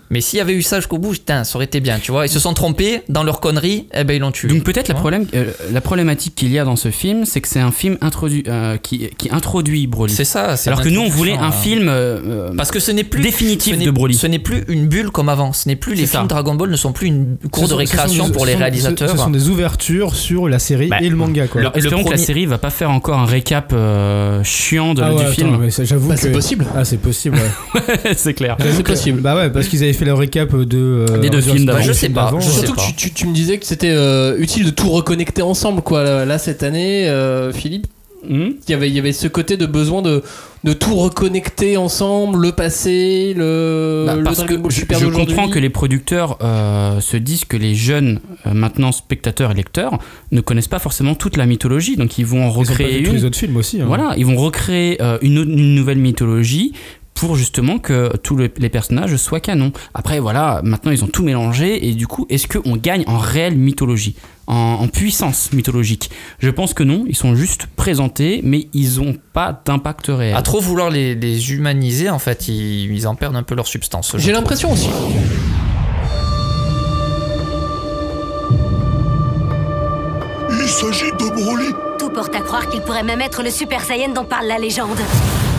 Mais s'il y avait eu ça jusqu'au bout, putain, ça aurait été bien, tu vois. Ils se sont trompés dans leur connerie, eh ben ils l'ont tué.
Donc peut-être la, problème, euh, la problématique qu'il y a dans ce film, c'est que c'est un film introduit, euh, qui, qui introduit Broly.
C'est ça. c'est
Alors que nous, on
l'introduction,
voulait
hein.
euh,
un film euh,
Parce que ce n'est plus
définitif
ce n'est-
de Broly.
Ce n'est plus une bulle comme avant. Ce n'est plus les
C'est
films
ça.
Dragon Ball ne sont plus une cours
Ce sont- ce
de
sont
récréation
des-
pour les
ce sont-
réalisateurs. hein.
Ce, ce sont des ouvertures sur la série
Bah,
et le manga, quoi.
le-
Alors, espérons que
premier-
la série va pas faire encore un récap euh, chiant de-
Ah ouais,
du
attends,
film.
mais ça, j'avoue
Bah,
que-
c'est possible.
Ah, c'est possible. ouais.
c'est clair.
euh,
C'est possible.
Bah ouais, parce qu'ils avaient fait le récap de. euh,
Des deux
Avengers
films
Bah,
d'avant.
je
Avengers
sais pas.
d'avant,
Je
euh,
sais
Surtout
pas.
que tu, tu- tu me disais que c'était euh, utile de tout reconnecter ensemble, quoi. Là, là, cette année, euh, Philippe,
Hmm
il y avait- il y avait ce côté de besoin de, de tout reconnecter ensemble, le passé, le,
Bah,
Euh, le
parce que
Dragon Ball
je,
Super
je
d'aujourd'hui.
comprends que les producteurs euh, se disent que les jeunes, euh, maintenant spectateurs et lecteurs, ne connaissent pas forcément toute la mythologie, donc ils vont
Ils
en
ont pas
recréer
vu tous
une.
les autres films aussi. hein.
Voilà, ils vont recréer euh, une, autre- une nouvelle mythologie pour justement que tous le- les personnages soient canons. Après, voilà, maintenant ils ont tout mélangé et du coup, est-ce qu'on gagne en réelle mythologie en, en puissance mythologique Je pense que non, ils sont juste présentés, mais ils n'ont pas d'impact réel.
À trop vouloir les, les humaniser, en fait, ils, ils en perdent un peu leur substance. je
J'ai
trouve.
l'impression aussi.
Il s'agit de Broly
Tout porte à croire qu'il pourrait même être le Super Saiyan dont parle la légende.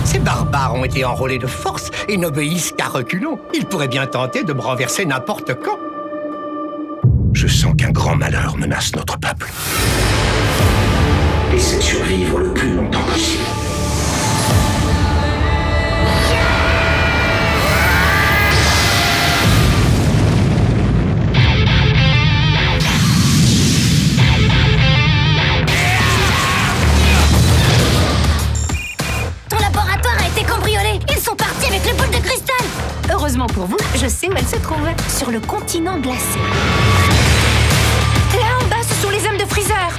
Ces barbares ont été enrôlés de force et n'obéissent qu'à reculons. Ils pourraient bien tenter de me renverser n'importe quand.
Je sens qu'un grand malheur menace notre peuple. Essaie de survivre le plus longtemps possible.
Ton laboratoire a été cambriolé Ils sont partis avec les boules de cristal Heureusement pour vous, je sais où elles se trouvent. Sur le continent glacé. Là en bas, ce sont les hommes de Freezer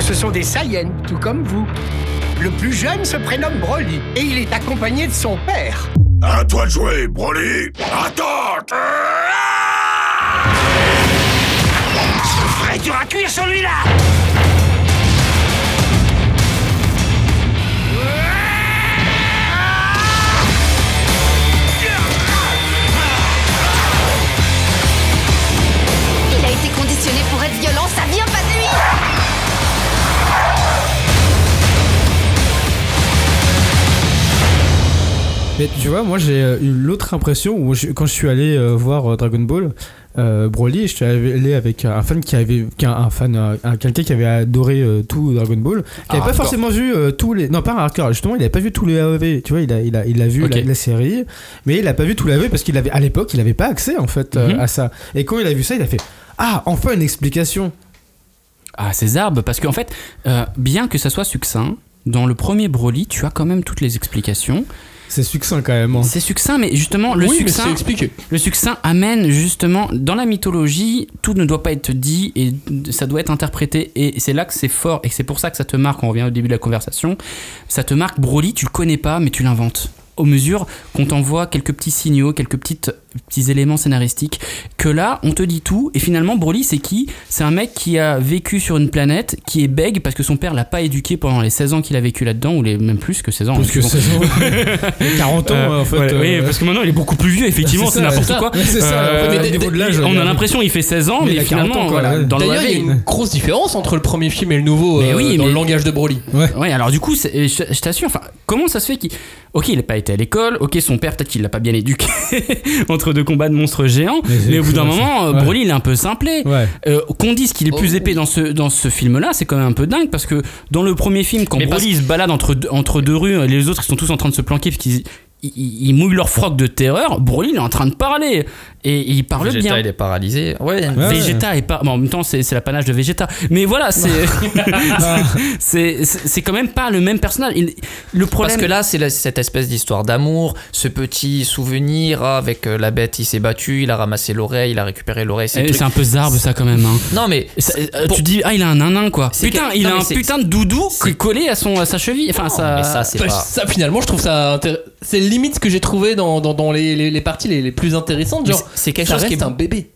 Ce sont des Saiyans, tout comme vous. Le plus jeune se prénomme Broly et il est accompagné de son père.
À toi de jouer, Broly Attends Vrai dur à cuire celui-là
Il a été conditionné pour être violent, ça vient pas de lui
Mais tu vois, moi j'ai euh, eu l'autre impression où je- quand je suis allé euh, voir euh, Dragon Ball euh, Broly, je suis allé avec un fan qui avait, qu'un- un fan, euh, un- quelqu'un qui avait adoré euh, tout Dragon Ball, qui n'avait pas
hardcore.
forcément vu euh, tous les, non pas un hardcore, justement il n'avait pas vu tous les AOV, tu vois, il a, il a, il a vu
Ok.
la, la série, mais il n'a pas vu tous les AOV parce qu'il avait, à l'époque il n'avait pas accès en fait euh,
Mhm.
à ça. Et quand il a vu ça, il a fait ah enfin une explication.
à ces arbres Ah, parce qu'en fait, euh, bien que ça soit succinct, dans le premier Broly, tu as quand même toutes les explications.
C'est succinct quand même. hein.
C'est succinct, mais justement, le,
oui, mais c'est
succinct,
expliqué.
le succinct amène justement dans la mythologie, tout ne doit pas être dit et ça doit être interprété. Et c'est là que c'est fort et c'est pour ça que ça te marque. On revient au début de la conversation. Ça te marque Broly, tu le connais pas, mais tu l'inventes. Au mesure qu'on t'envoie quelques petits signaux, quelques petites, petits éléments scénaristiques, que là, on te dit tout, et finalement, Broly, c'est qui C'est un mec qui a vécu sur une planète, qui est bègue parce que son père l'a pas éduqué pendant les 16 ans qu'il a vécu là-dedans, ou les, même plus que 16 ans.
Parce
hein,
que
bon.
c'est 40 ans
Euh,
en fait.
ouais,
euh,
oui, parce que maintenant il est beaucoup plus vieux, effectivement,
c'est
c'est
ça,
n'importe
ouais.
quoi.
C'est ça,
Euh,
au niveau de- au niveau de l'âge,
On
ouais.
a l'impression il fait 16 ans,
Mais
mais,
il a 40
finalement,
ans, quoi,
voilà,
ouais.
dans le
D'ailleurs, il y a
réveil-
une grosse différence entre le premier film et le nouveau
Mais
euh,
oui,
dans le
mais-
langage de Broly.
Ouais, alors du coup, c'est- je, je t'assure, enfin, comment ça se fait qu'il. Ok, il n'a pas été à l'école, ok, son père, peut-être qu'il l'a pas bien éduqué entre deux combats de monstres géants,
Mais
mais,
c'est
au bout d'un
cool,
moment,
ça.
euh,
Ouais.
Broly, il est un peu simplé.
Ouais.
Euh, qu'on dise qu'il est le plus
Oh.
épais dans ce, dans ce film-là, c'est quand même un peu dingue parce que dans le premier film, quand
Mais parce-
Broly il se balade entre deux, entre deux rues, et les autres ils sont tous en train de se planquer parce qu'ils ils- ils- ils mouillent leur froc de terreur, Broly il est en train de parler et, et il parle
Vegeta,
bien.
il est paralysé. Ouais.
Ouais, ouais.
Vegeta est pas. bon, en même temps, c'est c'est l'apanage de Vegeta. Mais voilà, c'est. c'est- c'est c'est quand même pas le même personnage. Il- le
Parce
problème.
que là, c'est la- cette espèce d'histoire d'amour, ce petit souvenir ah, avec euh, la bête, il s'est battu, il a ramassé l'oreille, il a récupéré l'oreille. ces
Eh,
trucs.
c'est un peu zarbe ça quand même. hein.
Non, mais
Ça- euh,
pour-
Tu dis, ah, il a un nain quoi.
C'est
Putain,
que-
il
non,
a
mais
un
c'est-
putain de doudou
c'est-
qui est collé à, son, à sa cheville. Enfin, ça.
mais ça, c'est
Bah,
pas.
Ça, finalement, je trouve ça. intér- C'est limite ce que j'ai trouvé dans, dans, dans les, les, les parties les, les plus intéressantes. Genre,
C'est quelque
ça
chose qui
reste
est
un bébé.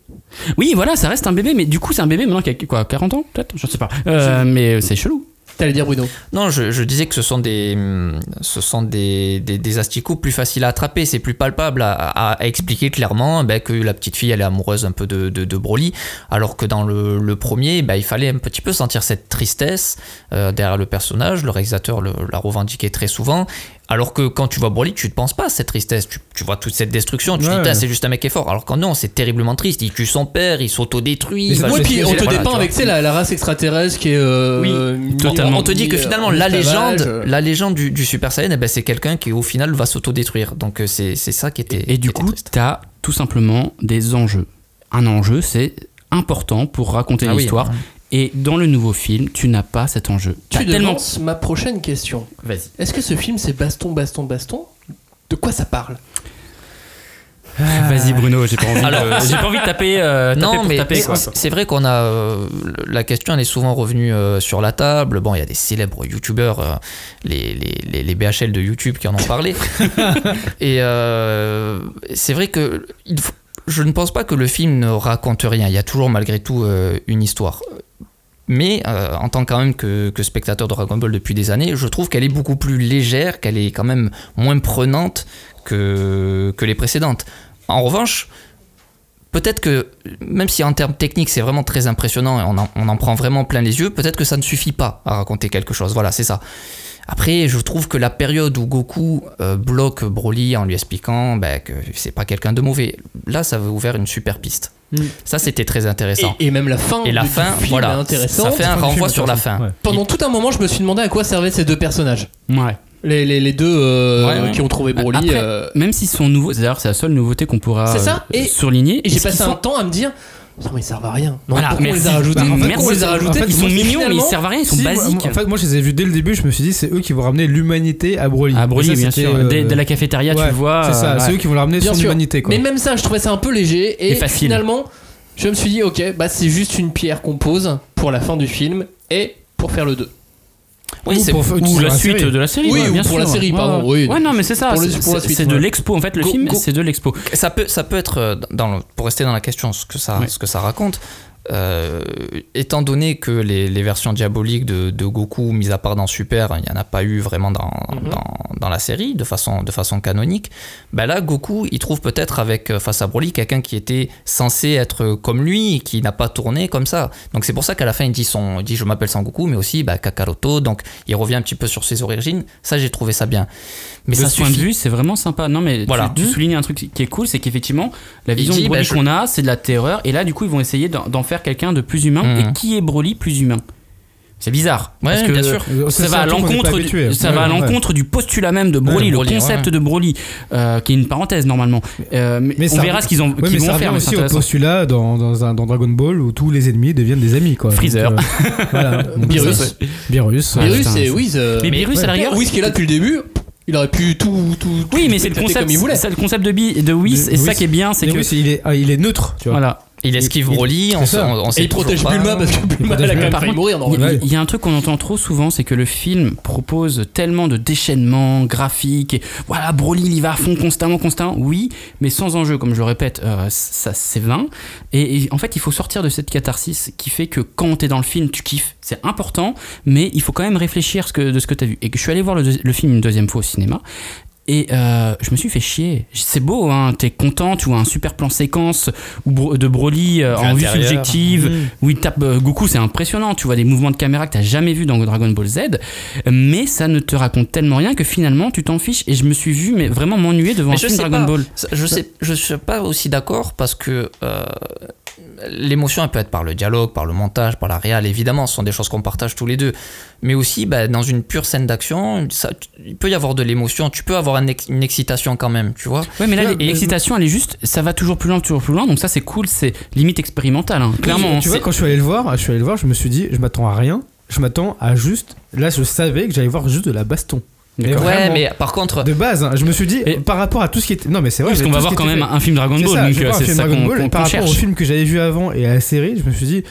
Oui, voilà, ça reste un bébé, mais du coup, c'est un bébé maintenant qui a quoi, 40 ans peut-être Je sais pas. Euh, mais c'est chelou.
T'allais dire Bruno
Non, je, je disais que ce sont des, hum, ce sont des, des, des asticots plus faciles à attraper, c'est plus palpable à, à- à expliquer clairement ben, que la petite fille elle est amoureuse un peu de, de, de Broly, alors que dans le, le premier, ben, il fallait un petit peu sentir cette tristesse euh, derrière le personnage, le réalisateur le- l'a revendiqué très souvent. Alors que quand tu vois Broly, tu ne penses pas à cette tristesse, tu, tu vois toute cette destruction, tu te
Ouais.
dis, "Tain, c'est juste un mec qui est fort. Alors que non, c'est terriblement triste, il tue son père, il s'autodétruit.
Et
Enfin, je-
puis on te
voilà, tu
dépeint
vois.
avec tu sais, la, la race extraterrestre qui est. euh, mis-
On te dit que
mis, euh,
finalement,
en
la
esclavage,
légende,
euh.
la légende du, du Super Saiyan, eh ben, c'est quelqu'un qui au final va s'autodétruire. Donc euh, c'est c'est ça qui était.
Et du coup, t'as tout simplement des enjeux. Un enjeu, c'est important pour raconter
Ah oui,
l'histoire.
hein.
Et dans le nouveau film, tu n'as pas cet enjeu. T'as
Tu
tellement.
devances ma prochaine question.
Vas-y.
Est-ce que ce film c'est baston, baston, baston De quoi ça parle
Vas-y, Bruno, j'ai pas envie, de... j'ai pas envie de taper, euh, taper
non,
pour
mais
taper,
c'est-
quoi.
c'est vrai qu'on a euh, la question, elle est souvent revenue euh, sur la table. Bon, il y a des célèbres youtubeurs, euh, les, les, les- les BHL de YouTube qui en ont parlé. Et euh, c'est vrai que il faut- je ne pense pas que le film ne raconte rien. Il y a toujours malgré tout euh, une histoire. Mais euh, en tant quand même que, que spectateur de Dragon Ball depuis des années, je trouve qu'elle est beaucoup plus légère, qu'elle est quand même moins prenante que, que les précédentes. En revanche, peut-être que, même si en termes techniques c'est vraiment très impressionnant et on en, on en prend vraiment plein les yeux, peut-être que ça ne suffit pas à raconter quelque chose. Voilà, c'est ça. Après, je trouve que la période où Goku euh, bloque Broly en lui expliquant ben, que c'est pas quelqu'un de mauvais, là ça avait ouvert une super piste.
Mm.
Ça c'était très intéressant.
Et, et même la fin.
Et la
du
fin,
film est
voilà, ça
intéressante.
fait un
du film,
renvoi sur la
intéressant.
fin.
Ouais.
Pendant tout un moment, je me suis demandé à quoi servaient ces deux personnages.
Ouais.
Les, les, les deux euh,
Ouais, ouais.
qui ont trouvé Broly.
Après,
euh,
Même s'ils sont nouveaux, c'est d'ailleurs c'est la seule nouveauté qu'on pourra
C'est ça,
euh,
et-
surligner.
Et j'ai
Est-ce
passé
qu'ils
un
sont-
temps à me dire Non, mais ils servent à rien. Non,
Voilà,
pourquoi on les
merci.
a rajoutés
Bah, en fait,
Pourquoi on les a
en
rajoutés
fait, ils sont
Parce que
mignons, mais ils
finalement,
servent à rien, ils sont
Si, moi,
basiques.
moi, en fait, moi, je les ai vus dès le début. Je me suis dit, c'est eux qui vont ramener l'humanité à Broly.
à Broly,
Et ça,
Ah, bien
c'était,
sûr.
euh,
Dès, dès la cafétéria, tu
ouais,
le vois.
C'est ça,
euh,
c'est eux
ouais.
qui vont leur amener
Bien
son
sûr.
humanité. Quoi.
Mais même ça, je trouvais ça un peu léger. Et,
Et facile.
finalement, je me suis dit Ok, bah c'est juste une pierre qu'on pose pour la fin du film et pour faire le 2.
Oui,
Ou
c'est
pour faire-
Ou
pour
la suite de la série.
Oui,
ouais,
ou
bien
pour
sûr,
la
ouais.
série,
Ouais,
pardon, oui.
ouais. Ouais, non, mais c'est ça.
Pour le-
c'est-
pour la
c'est-
suite,
C'est de
ouais.
l'expo. En fait, le
Go-
film,
go-
c'est de l'expo.
ça peut, ça peut être, euh, dans le- pour rester dans la question, ce que ça,
Ouais.
ce que ça raconte, euh, étant donné que les, les versions diaboliques de, de Goku, mis à part dans Super, il n'y en a pas eu vraiment dans,
Mhm.
dans, dans la série, de façon, de façon canonique, bah là, Goku, il trouve peut-être avec, euh, face à Broly, quelqu'un qui était censé être comme lui, qui n'a pas tourné comme ça. Donc c'est pour ça qu'à la fin, il dit, son, il dit je m'appelle Son Goku, mais aussi bah, Kakaroto, donc il revient un petit peu sur ses origines. Ça, j'ai trouvé ça bien. Mais
de
ça
ce point de
suffit.
vue, c'est vraiment sympa. Non, mais tu-
Voilà.
tu,
Mhm.
soulignes un truc qui est cool, c'est qu'effectivement, la vision
dit,
de Broly
bah, je-
qu'on a, c'est de la terreur. Et là, du coup, ils vont essayer d'en d'en faire quelqu'un de plus humain.
Mhm.
Et qui est Broly plus humain C'est bizarre.
Ouais,
parce que
bien sûr.
Euh,
Ça
c'est
va à
un truc qu'on est pas
l'encontre
habitué. hein.
du, ça
Ouais,
va à
ouais.
l'encontre du postulat même de
Ouais,
Broly, le
Broly,
concept
ouais.
de Broly, euh, qui est une parenthèse normalement. Euh, mais
Mais
on
ça-
verra ce qu'ils ont-
Ouais,
qu'ils
mais
vont
ça
faire.
revient
mais c'est
aussi au
intéressant.
postulat dans, dans, un- dans Dragon Ball où tous les ennemis deviennent des amis. Quoi.
Freezer.
Donc, euh, voilà. Donc,
Virus.
ça, c'est- Virus.
Ah,
Virus
putain,
et
c'est-
Whis.
Mais Beerus, à la rigueur,
Whis qui est là depuis le début, il aurait pu tout. tout
Oui,
tout
mais c'est le
péter
concept,
Comme il voulait.
c'est le concept de, Bi- de Whis,
De
et ça
Whis.
qui est bien, c'est
Mais
que
oui, il est, ah, il est neutre, tu vois.
voilà.
Il esquive
il-
Broly, on,
c'est
sait-
ça.
on, on
Et
sait
il
toujours
protège
pas.
Bulma parce que Bulma elle a quand même
Par
failli
contre,
mourir dans
Il y,
le
a- il y a un truc qu'on entend trop souvent, c'est que le film propose tellement de déchaînements graphiques. Et voilà, Broly, il y va à fond constamment, constamment. Oui, mais sans enjeu, comme je le répète, euh, ça c'est vain. Et, et en fait, il faut sortir de cette catharsis qui fait que quand t'es dans le film, tu kiffes. C'est important, mais il faut quand même réfléchir ce que, de ce que t'as vu. Et que je suis allé voir le, deuxi- le film une deuxième fois au cinéma. Et euh, je me suis fait chier. C'est beau, hein, t'es content, tu vois un super plan séquence où Bro- de Broly euh,
Du
en vue
intérieur.
subjective,
Mm.
où il tape euh, Goku, c'est impressionnant. Tu vois des mouvements de caméra que t'as jamais vu dans Dragon Ball Z, mais ça ne te raconte tellement rien que finalement tu t'en fiches. Et je me suis vu mais vraiment m'ennuyer devant
Mais
un
je
film
sais
Dragon
pas.
Ball.
Ça, Je sais, je suis pas aussi d'accord parce que euh, l'émotion, elle peut être par le dialogue, par le montage, par la réal. Évidemment, ce sont des choses qu'on partage tous les deux. Mais aussi, bah, dans une pure scène d'action, ça- il peut y avoir de l'émotion. Tu peux avoir un ex- une excitation quand même, tu vois.
Ouais, mais là
Ouais, mais-
l'excitation, elle est juste, ça va toujours plus loin, toujours plus loin. Donc ça c'est cool, c'est limite expérimental, hein. clairement.
Tu vois,
c'est-
quand je suis allé le voir, je suis allé le voir, je me suis dit, je m'attends à rien. Je m'attends à juste. Là, je savais que j'allais voir juste de la baston. Mais
D'accord.
ouais,
vraiment,
mais par contre,
De base, hein, je me suis dit,
Et-
par rapport à tout ce qui était. Non, mais c'est vrai.
parce
mais
qu'on
tout
va
ce
voir
qui
quand
était
même
fait-
un film Dragon
C'est
Ball,
ça,
donc
je vais
euh,
voir un
c'est
film
ça
Dragon
qu'on
Ball, et
qu'on-
Par
qu'on
rapport au
cherche.
film que j'avais vu avant et à la série, je me suis dit.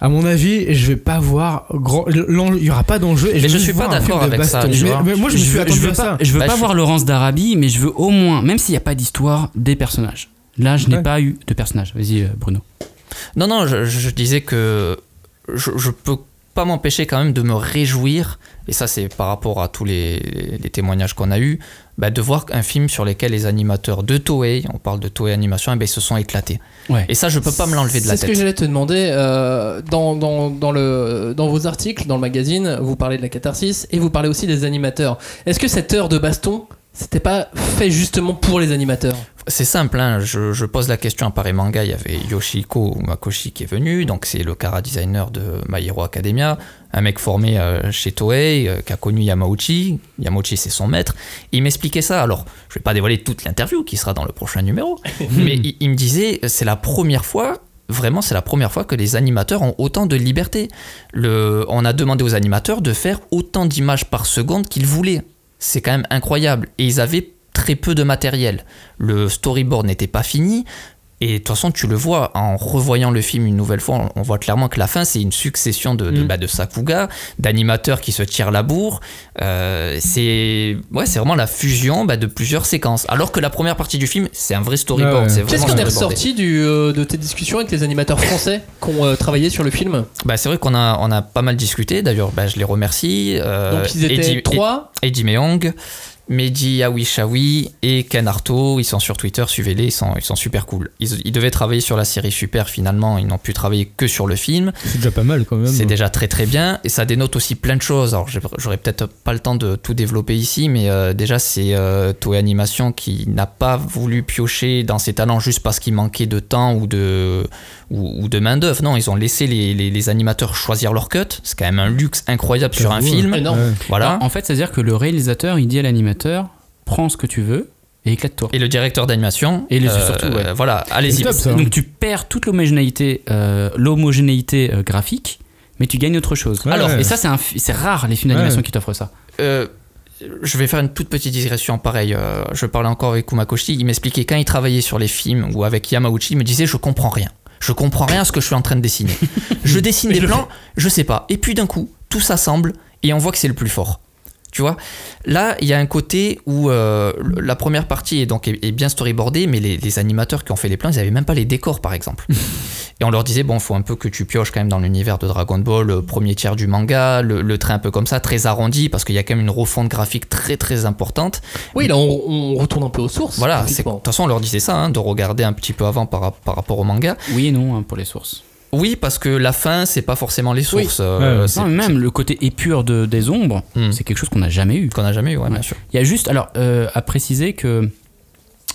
À mon avis, je vais pas voir grand. l'enjeu- Il y aura pas d'enjeu. et
Mais je
vais
suis pas
voir un film
d'accord
de
avec ça,
baston.
tu
Mais-
vois.
mais moi, je me
Je
suis
veux, je
attendu
veux
à
pas,
ça.
je veux
Bah,
pas
je-
voir Laurence d'Arabie, mais je veux au moins, même s'il n'y a pas d'histoire, des personnages. Là, je n'ai
Ouais.
pas eu de personnages. Vas-y, euh, Bruno.
non, non, je, je disais que je, je peux pas m'empêcher quand même de me réjouir, et ça c'est par rapport à tous les, les témoignages qu'on a eus, bah, de voir un film sur lequel les animateurs de Toei, on parle de Toei Animation, eh ben, ils se sont éclatés.
Ouais.
Et ça, je peux pas me l'enlever de la
C'est ce que
tête.
j'allais te demander. euh, dans, dans- dans le, dans vos articles, dans le magazine, vous parlez de la catharsis et vous parlez aussi des animateurs. Est-ce que cette heure de baston, c'était pas fait justement pour les animateurs
C'est simple, hein, je, je pose la question à Paris Manga, il y avait Yoshiko Makoshi qui est venu, donc c'est le cara designer de My Hero Academia, un mec formé euh, chez Toei, euh, qui a connu Yamauchi, Yamauchi c'est son maître, il m'expliquait ça, alors je vais pas dévoiler toute l'interview qui sera dans le prochain numéro, mais il, il me disait, c'est la première fois Vraiment, c'est la première fois que les animateurs ont autant de liberté. Le, on a demandé aux animateurs de faire autant d'images par seconde qu'ils voulaient. C'est quand même incroyable. Et ils avaient très peu de matériel. Le storyboard n'était pas fini. Et de toute façon, tu le vois, en revoyant le film une nouvelle fois, on on voit clairement que la fin, c'est une succession de, de,
Mm.
bah, de sakuga, d'animateurs qui se tirent la bourre. Euh, c'est ouais, c'est vraiment la fusion bah, de plusieurs séquences. Alors que la première partie du film, c'est un vrai storyboard.
Ouais, ouais.
c'est
Qu'est-ce
vraiment
qu'on est
storyboardé.
ressorti du, euh, de tes discussions avec les animateurs français qui ont euh, travaillé sur le film
Bah, c'est vrai qu'on a, on a pas mal discuté, d'ailleurs bah, je les remercie. Euh,
Donc ils étaient
Eddie-
trois.
Ed- Eddie Meong, Mehdi Awishawi et Ken Arto, ils sont sur Twitter, suivez-les, ils sont, ils sont super cool. Ils, ils devaient travailler sur la série Super, finalement, ils n'ont pu travailler que sur le film.
C'est déjà pas mal quand même.
C'est déjà très très bien et ça dénote aussi plein de choses. Alors j'ai- j'aurais peut-être pas le temps de tout développer ici, mais euh, déjà c'est euh, Toei Animation qui n'a pas voulu piocher dans ses talents juste parce qu'il manquait de temps ou de, ou, ou de main d'œuvre. Non, ils ont laissé les, les- les animateurs choisir leur cut. C'est quand même un luxe incroyable sur un
J'avoue,
film.
ouais.
Énorme.
Ouais.
Voilà.
Alors, Bah, en fait, c'est-à-dire que le réalisateur, il dit à l'animateur prends ce que tu veux et éclate-toi.
Et le directeur d'animation. euh,
Et les- surtout, ouais.
Voilà, allez-y.
C'est top, ça.
Donc tu perds toute l'homogénéité, euh, l'homogénéité euh, graphique, mais tu gagnes autre chose.
Ouais,
Alors,
ouais.
et ça, c'est un fi- c'est rare les films d'animation
Ouais.
qui t'offrent ça.
Euh, je vais faire une toute petite digression pareil. euh, je parlais encore avec Kumakoshi. Il m'expliquait quand il travaillait sur les films ou avec Yamauchi, il me disait Je comprends rien. Je comprends rien à ce que je suis en train de dessiner. je dessine des plans, je sais pas. Et puis d'un coup, tout s'assemble et on voit que c'est le plus fort. Tu vois Là, il y a un côté où euh, la première partie est, donc, est, est bien storyboardée, mais les, les animateurs qui ont fait les plans, ils n'avaient même pas les décors, par exemple. Et on leur disait, bon, faut un peu que tu pioches quand même dans l'univers de Dragon Ball, le premier tiers du manga, le, le trait un peu comme ça, très arrondi, parce qu'il y a quand même une refonte graphique très très importante.
Oui, là on, on retourne un peu aux sources.
Voilà, c'est- de
pratiquement.
toute façon, on leur disait ça, hein, de regarder un petit peu avant par, rap- par rapport au manga.
Oui et non hein, pour les sources.
Oui, parce que la fin, c'est pas forcément les sources. euh,
Ouais.
c'est-
Non, mais même le côté épure de, des ombres,
Hmm.
c'est quelque chose qu'on n'a jamais eu.
qu'on n'a jamais eu, ouais, bien
Ouais.
sûr.
Il y a juste, alors, euh, à préciser que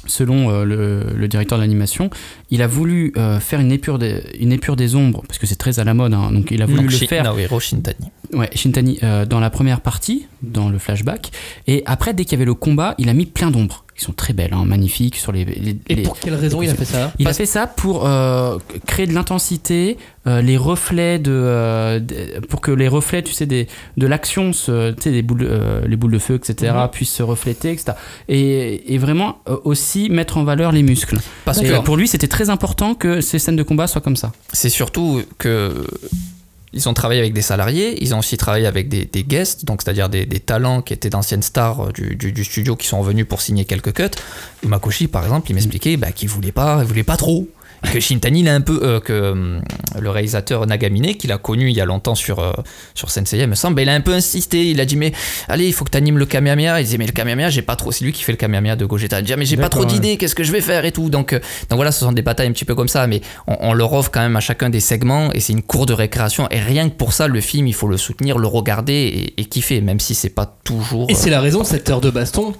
selon euh, le, le directeur de l'animation, il a voulu euh, faire une épure, des, une épure des ombres, parce que c'est très à la mode, hein, donc il a voulu
Hmm. Donc,
le
Shin-
faire
Naohiro Shintani.
Ouais, Shintani euh, dans la première partie, dans le flashback. Et après, dès qu'il y avait le combat, il a mis plein d'ombres. Qui sont très belles, hein, magnifiques sur les. les-
Et
les-
pour quelle raison il a fait ça
Il a fait ça pour euh, créer de l'intensité, euh, les reflets de, euh, des- pour que les reflets, tu sais, des, de l'action, se- tu sais, des boules, de- euh, les boules de feu, etc., puissent se refléter, etc. Et, et vraiment euh, aussi mettre en valeur les muscles.
Parce
Et
que
pour lui, c'était très important que ces scènes de combat soient comme ça.
c'est surtout que ils ont travaillé avec des salariés, ils ont aussi travaillé avec des, des guests, donc c'est-à-dire des, des talents qui étaient d'anciennes stars du, du- du studio qui sont venus pour signer quelques cuts. Makoshi, par exemple, il m'expliquait bah, qu'il voulait pas, il voulait pas trop. Et Que Shintani, il a un peu, euh, que hum, le réalisateur Nagamine, qu'il a connu il y a longtemps sur, euh, sur Senseiya, il me semble, bah, il a un peu insisté. Il a dit, mais allez, il faut que tu animes le Kamehameha. Il disait, mais le Kamehameha, j'ai pas trop. C'est lui qui fait le Kamehameha de Gogeta. Il dit, Ah, mais j'ai pas
D'accord,
trop d'idées, qu'est-ce que je vais faire et tout. Donc, euh, donc voilà, ce sont des batailles un petit peu comme ça, mais on, on leur offre quand même à chacun des segments et c'est une cour de récréation. Et rien que pour ça, le film, il faut le soutenir, le regarder et, et kiffer, même si c'est pas toujours.
Et
euh,
c'est la raison de cette heure de baston. au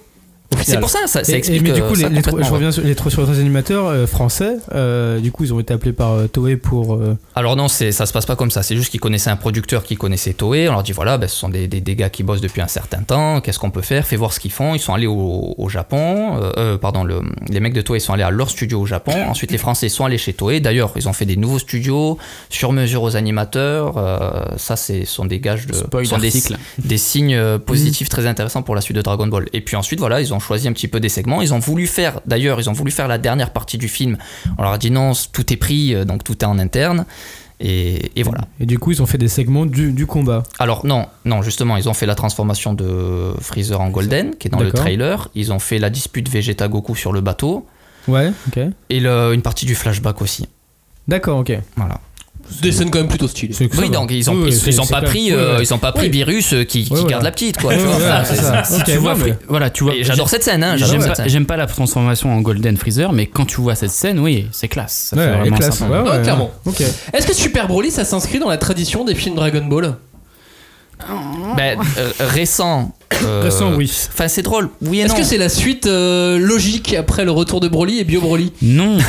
c'est
final.
pour ça, ça, ça
Et- et-
explique.
mais du
euh,
coup,
ça
les, les trois,
complètement,
je
ouais.
reviens sur les trois, sur les trois animateurs euh, français. euh, du coup, ils ont été appelés par euh, Toei pour. euh,
Alors non, c'est- ça se passe pas comme ça. C'est juste qu'ils connaissaient un producteur qui connaissait Toei. On leur dit voilà, ben, ce sont des, des, des gars qui bossent depuis un certain temps. Qu'est-ce qu'on peut faire Fais voir ce qu'ils font. Ils sont allés au, au Japon. Euh, euh, pardon, le- les mecs de Toei sont allés à leur studio au Japon. Ensuite, les Français sont allés chez Toei. D'ailleurs, ils ont fait des nouveaux studios sur mesure aux animateurs. Euh, ça, c'est sont des gages de
Spoil
sont des,
article.
des signes euh, positifs très intéressants pour la suite de Dragon Ball. Et puis ensuite, voilà, ils ont choisi un petit peu des segments. Ils ont voulu faire, d'ailleurs, ils ont voulu faire la dernière partie du film. On leur a dit non, c- tout est pris, euh, donc tout est en interne. Et, et voilà.
Et du coup, ils ont fait des segments du, du combat.
Alors non, non, justement, ils ont fait la transformation de Freezer en Golden, qui est dans le
D'accord.
trailer. Ils ont fait la dispute Vegeta Goku sur le bateau
Ouais, ok.
et le- une partie du flashback aussi.
D'accord, ok.
Voilà.
Des scènes quand même plutôt stylées.
Oui, donc ils ont, ils, ils ont pas pris, euh, ils ont pas pris virus euh, qui, qui
Ouais,
garde
voilà.
la petite, quoi. tu
Ouais,
vois.
ouais,
Enfin,
c'est
Ah, c'est-
ça.
si
Ok,
tu vois,
ouais,
faut-
mais-
Voilà, tu vois.
Et j'adore cette scène,
Ah,
hein, j'adore
J'aime
cette
pas,
scène.
j'aime pas la transformation en Golden Freezer, mais quand tu vois cette scène, oui, c'est classe. Ça fait
Ouais,
vraiment
classe.
sympa.
ouais,
Ouais,
ouais.
clairement.
Ok.
Est-ce que Super Broly ça s'inscrit dans la tradition des films Dragon Ball
Ben, euh, récent. euh,
Récent, oui.
Enfin, c'est drôle. Oui et
Est-ce
non.
que c'est la suite euh, logique après le retour de Broly et Bio Broly
Non,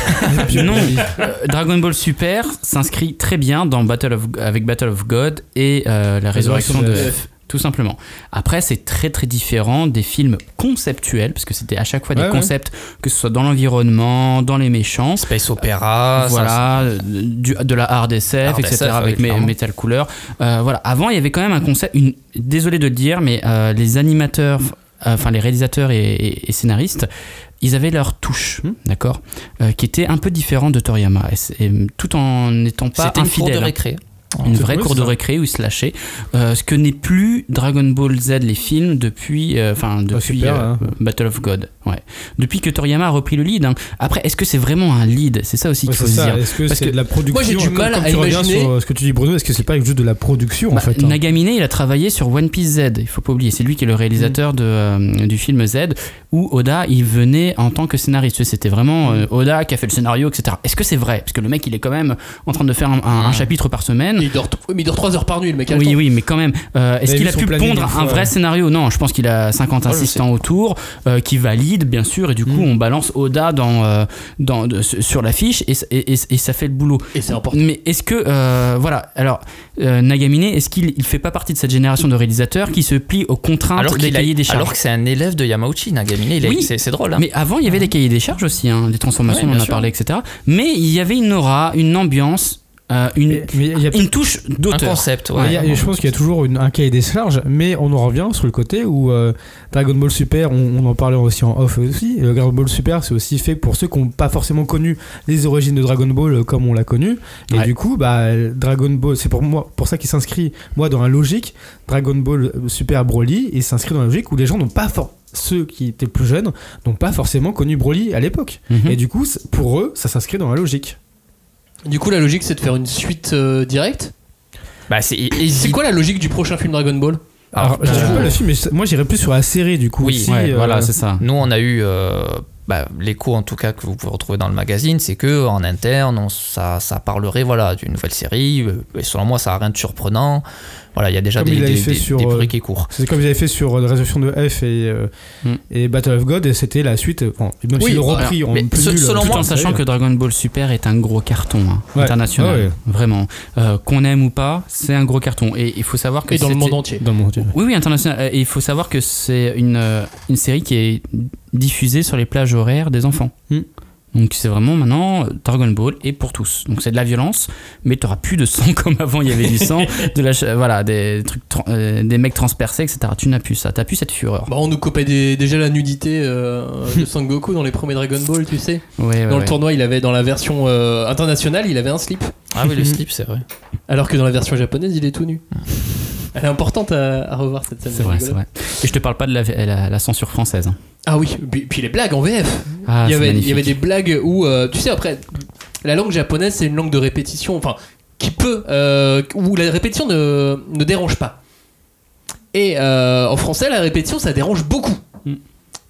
non. Euh, Dragon Ball Super s'inscrit très bien dans Battle of, avec Battle of God et euh, la résurrection de
Résurrection de
F, tout simplement. Après, c'est très très différent des films conceptuels, parce que c'était à chaque fois des
Ouais, ouais.
concepts, que ce soit dans l'environnement, dans les méchants.
Space Opera. Ah, ça, Ah,
voilà, euh, du- de la RDSF,
RDSF,
etc.
ouais,
avec mes,
clairement.
Metal Couleur. Euh, voilà. Avant, il y avait quand même un concept. Une... Désolé de le dire, mais euh, les animateurs, euh, enfin les réalisateurs et, et- et scénaristes, ils avaient leur touche,
Hmm.
d'accord, Euh, qui était un peu différent de Toriyama, et c'est- et tout en n'étant pas
C'était une cour de
infidèle. hein.
récré.
Une vraie
Oui,
cour
c'est
de
ça.
récré où ils se lâchaient. Euh, ce que n'est plus Dragon Ball Z, les films, depuis, euh, enfin,
Ah,
depuis
super,
euh,
hein.
Battle of God. Ouais. Depuis que Toriyama a repris le lead. hein. Après, est-ce que c'est vraiment un lead C'est ça aussi
Ouais,
qu'il faut
c'est
se dire.
ça. Est-ce que
Parce
c'est
que
de la production
moi, j'ai du
comme-
mal
comme
à
tu reviens
imaginer-
sur euh, ce que tu dis, Bruno. Est-ce que c'est pas juste de la production en
Bah,
fait hein
Nagamine, il a travaillé sur One Piece Z, il faut pas oublier. C'est lui qui est le réalisateur de, euh, du film Z, où Oda, il venait en tant que scénariste. C'était vraiment euh, Oda qui a fait le scénario, etc. Est-ce que c'est vrai Parce que le mec, il est quand même en train de faire un, un- un chapitre par semaine.
Il dort, mais il dort 3 heures par nuit, le mec. a le
Oui,
temps.
oui, mais quand même, euh, est-ce
Il a
qu'il
vu
a
son
pu
planning
pondre
une
un
fois,
vrai
ouais.
scénario Non, je pense qu'il a 50 assistants autour euh, qui valident, bien sûr, et du coup, on balance Oda dans, euh, dans, de- sur la fiche et- et- et- et ça fait le boulot.
Et c'est important.
Mais est-ce que euh, voilà alors euh, Nagamine est-ce qu'il il fait pas partie de cette génération de réalisateurs qui se plie aux contraintes
Alors,
des
qu'il a-
cahiers des charges
alors que c'est un élève de Yamauchi, Nagamine. il est-
Oui.
c'est c'est drôle. hein.
Mais avant il y avait des cahiers des charges aussi hein, des transformations
Ouais,
on en
bien
a
sûr.
parlé etc. Mais il y avait une aura une ambiance euh, une
Mais il y a
une touche
un
d'auteur.
concept. ouais.
Mais il y a- je pense qu'il y a toujours une- un cahier des charges, mais on en revient sur le côté où euh, Dragon Ball Super, on, on en parlait aussi en off aussi. euh, Dragon Ball Super, c'est aussi fait pour ceux qui n'ont pas forcément connu les origines de Dragon Ball euh, comme on l'a connu. Et
Ouais.
du coup, bah, Dragon Ball, c'est pour moi, pour ça qu'il s'inscrit moi dans la logique Dragon Ball euh, Super Broly, et s'inscrit dans la logique où les gens n'ont pas for- ceux qui étaient plus jeunes n'ont pas forcément connu Broly à l'époque.
Mhm.
Et du coup, c'est- pour eux, ça s'inscrit dans la logique.
Du coup, la logique, c'est de faire une suite euh, directe.
Bah, c'est
C'est
hési-
quoi la logique du prochain film Dragon Ball
Alors,
euh,
je dis pas le film, mais je- moi j'irais plus sur la série du coup.
Oui,
aussi,
Ouais,
euh,
voilà c'est ça.
Nous, on a eu euh, bah, l'écho, en tout cas, que vous pouvez retrouver dans le magazine, c'est que en interne, on- ça, ça parlerait voilà, d'une nouvelle série. euh, Et selon moi, ça n'a rien de surprenant. Voilà, il y a déjà
Comme
des,
il l'avait
des,
fait
des-
sur,
des bruits
euh,
qui courent.
C'est comme ils avaient fait sur euh, la Résurrection de F et, euh,
Mm.
et Battle of God, et c'était la suite. euh, Enfin, même
Oui,
s'ils l'ont
voilà.
repris en
Mais
plus
ce-
nul,
selon
tout
Tout
moi,
en sachant que Dragon Ball Super est un gros carton hein,
Ouais.
international,
Ah ouais.
vraiment. Euh, Qu'on aime ou pas, c'est un gros carton. Et il faut savoir que
Et dans le
c'était-
monde entier.
Dans mon Dieu.
Oui, oui, international. Euh, Et il faut savoir que c'est une, euh, une série qui est diffusée sur les plages horaires des enfants.
Hmm.
Mm.
Donc c'est vraiment maintenant euh, Dragon Ball et pour tous. Donc c'est de la violence, mais tu plus de sang comme avant il y avait du sang, de la, ch- euh, voilà, des, trucs tran- euh, des mecs transpercés, etc. Tu n'as plus ça, tu n'as plus cette fureur.
Bah, on nous copait des- déjà la nudité euh, de Sangoku dans les premiers Dragon Ball, tu sais.
Ouais, ouais,
Dans le
ouais.
tournoi, il avait dans la version euh, internationale, il avait un slip,
Ah oui, le slip, c'est vrai.
alors que dans la version japonaise, il est tout nu. Elle est importante à, à revoir cette scène.
C'est vrai,
rigolo.
c'est vrai. Et je te parle pas de la, la- la censure française. hein.
Ah oui, puis, puis les blagues en VF.
Ah,
il, y
c'est
avait, il y
magnifique.
avait des blagues où, euh, tu sais, après, la langue japonaise, c'est une langue de répétition, enfin, qui peut, euh, où la répétition ne, ne dérange pas. Et euh, en français, la répétition, ça dérange beaucoup.
Mm.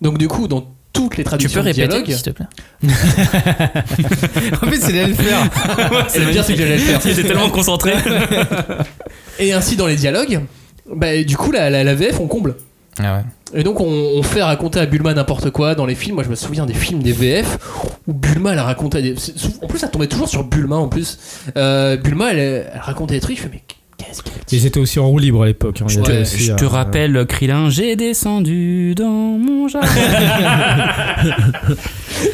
Donc du coup, dans toutes les
Hmm. Tu peux
traductions de
répéter,
dialogue,
s'il te plaît
en fait, c'est le faire.
et le pire, c'est que j'allais le faire.
J'étais tellement concentré.
Et ainsi, dans les dialogues, bah, du coup, la, la- la VF, on comble.
ah ouais.
Et donc on, on fait raconter à Bulma n'importe quoi dans les films. Moi je me souviens des films des VF où Bulma elle racontait des... c'est sou- En plus ça tombait toujours sur Bulma en plus. Euh, Bulma elle, elle racontait des trucs. Je fais mais qu'est-ce qu'elle dit
Ils étaient aussi en roue libre à l'époque. hein, il y
Ouais,
avait aussi,
Je te
euh,
rappelle, Krillin, j'ai descendu dans mon jardin.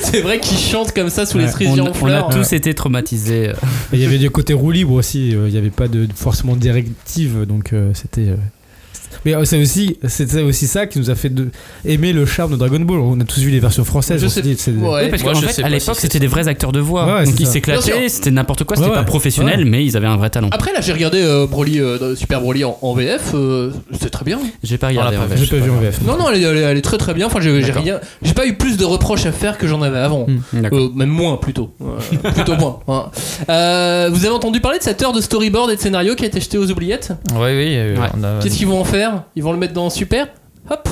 C'est vrai qu'ils chantent comme ça sous les
Ouais,
cerisiers
on,
en
on a
fleurs.
tous été traumatisés.
et Il y avait du côté roue libre aussi. euh, Il n'y avait pas de, de- forcément de directive, donc euh, c'était. euh, Mais euh, c'est aussi, c'est ça aussi ça qui nous a fait de- aimer le charme de Dragon Ball. On a tous vu les versions françaises.
Je
on s'est
sais-
dit, c'est-
ouais.
Oui, parce
Moi,
qu'en
je sais
fait, à
pas si
l'époque,
c'est
c'était des vrais acteurs de voix.
Ouais,
donc
c'est
ils
ça.
Bien sûr.
s'éclataient, c'était n'importe quoi, c'était
Ouais,
pas
ouais.
professionnel, mais ils avaient un vrai talent.
Après, là, j'ai regardé euh, Broly, euh, Super Broly en, en VF. euh, c'est très bien.
J'ai pas regardé.
On l'a
en
pas
fait.
J'ai pas vu en VF.
Non, non, elle, est- elle est- elle est très très bien. Enfin, j'ai j'ai
D'accord. Hmm.
rien. J'ai pas eu plus de reproches à faire que j'en avais avant.
D'accord.
Euh, même moins plutôt. Euh, plutôt moins. hein. Euh, vous avez entendu parler de cette heure de storyboard et de scénario qui a été jetée aux oubliettes
Oui, oui. euh,
Ouais.
on a-
Qu'est-ce qu'ils vont en faire Ils vont le mettre dans Super Hop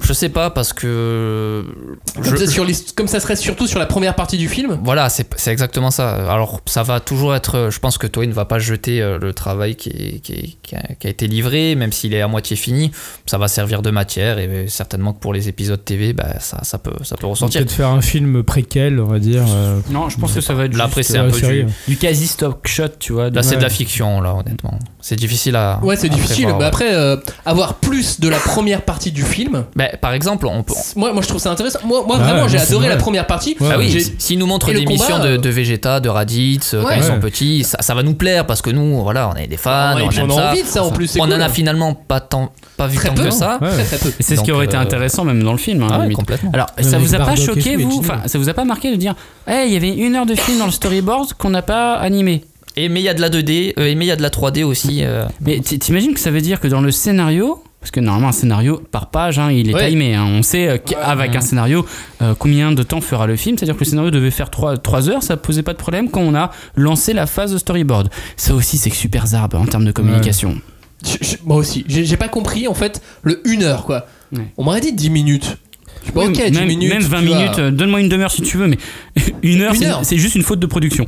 Je sais pas parce
euh,
que.
comme,
je-
ça, sur les- comme ça serait surtout sur la première partie du film.
Voilà, c'est c'est exactement ça. Alors, ça va toujours être. Je pense que Toei ne va pas jeter euh, le travail qui, est- qui est- qui a, qui a été livré, même s'il est à moitié fini. Ça va servir de matière et euh, certainement que pour les épisodes TV, bah, ça, ça peut, ça peut ressortir.
Peut-être faire un film préquel, on va dire. euh,
Non, je pense que ça va être
Là,
juste,
après, c'est
euh,
un
la
peu
série.
du.
du quasi stop shot, tu vois.
Là,
du-
c'est de la fiction, là, honnêtement. C'est difficile à.
Ouais, c'est
à
difficile.
prévoir,
mais
ouais.
après, euh, avoir plus de la première partie du film.
Bah, par exemple, on peut.
Moi, moi, je trouve ça intéressant. Moi, moi
Ah
vraiment,
ouais,
j'ai
c'est
adoré
vrai.
la première partie.
Ouais.
Ah oui,
J'ai-
si- s'ils nous montrent
Et le
des missions
combat, euh,
de, de Vegeta, de Raditz, euh, quand
Ouais.
ils sont
Ouais.
petits, ça, ça va nous plaire parce que nous, voilà, on est des fans,
Ah, et
on
puis
aime
on a
ça.
envie de ça en plus. c'est
on en a
cool. hein.
finalement pas tant, pas vu
Très
tant
peu. hein.
que ça.
Ouais.
Très, très peu.
Et C'est ce qui
Donc,
aurait été
euh,
intéressant, même dans le film. hein,
Ah ouais,
limite.
complètement.
Alors,
Ouais,
ça
avec
vous a pas
Bardock et
choqué,
tout, et
vous
Gino.
Enfin, ça vous a pas marqué de dire, Eh, il y avait une heure de film dans le storyboard qu'on n'a pas animé.
Et mais il y a de la 2D, euh, et mais il y a de la 3D aussi. euh.
Mais t- t'imagines que ça veut dire que dans le scénario, parce que normalement un scénario par page, hein, il est
Ouais.
timé, hein, on sait euh, qu'avec un scénario euh, combien de temps fera le film, c'est-à-dire que le scénario devait faire 3, heures, ça posait pas de problème quand on a lancé la phase de storyboard. Ça aussi c'est super zarbe hein, en termes de communication.
Je- je- moi aussi. J'ai j'ai pas compris en fait le 1 heure quoi.
Ouais.
On m'aurait dit 10 minutes. Je sais pas, ok, 10
même,
minutes.
même 20
tu vois.
minutes, euh, donne-moi une demi-heure si tu veux, mais une heure,
Une
c'est-
heure.
c'est juste une faute de production.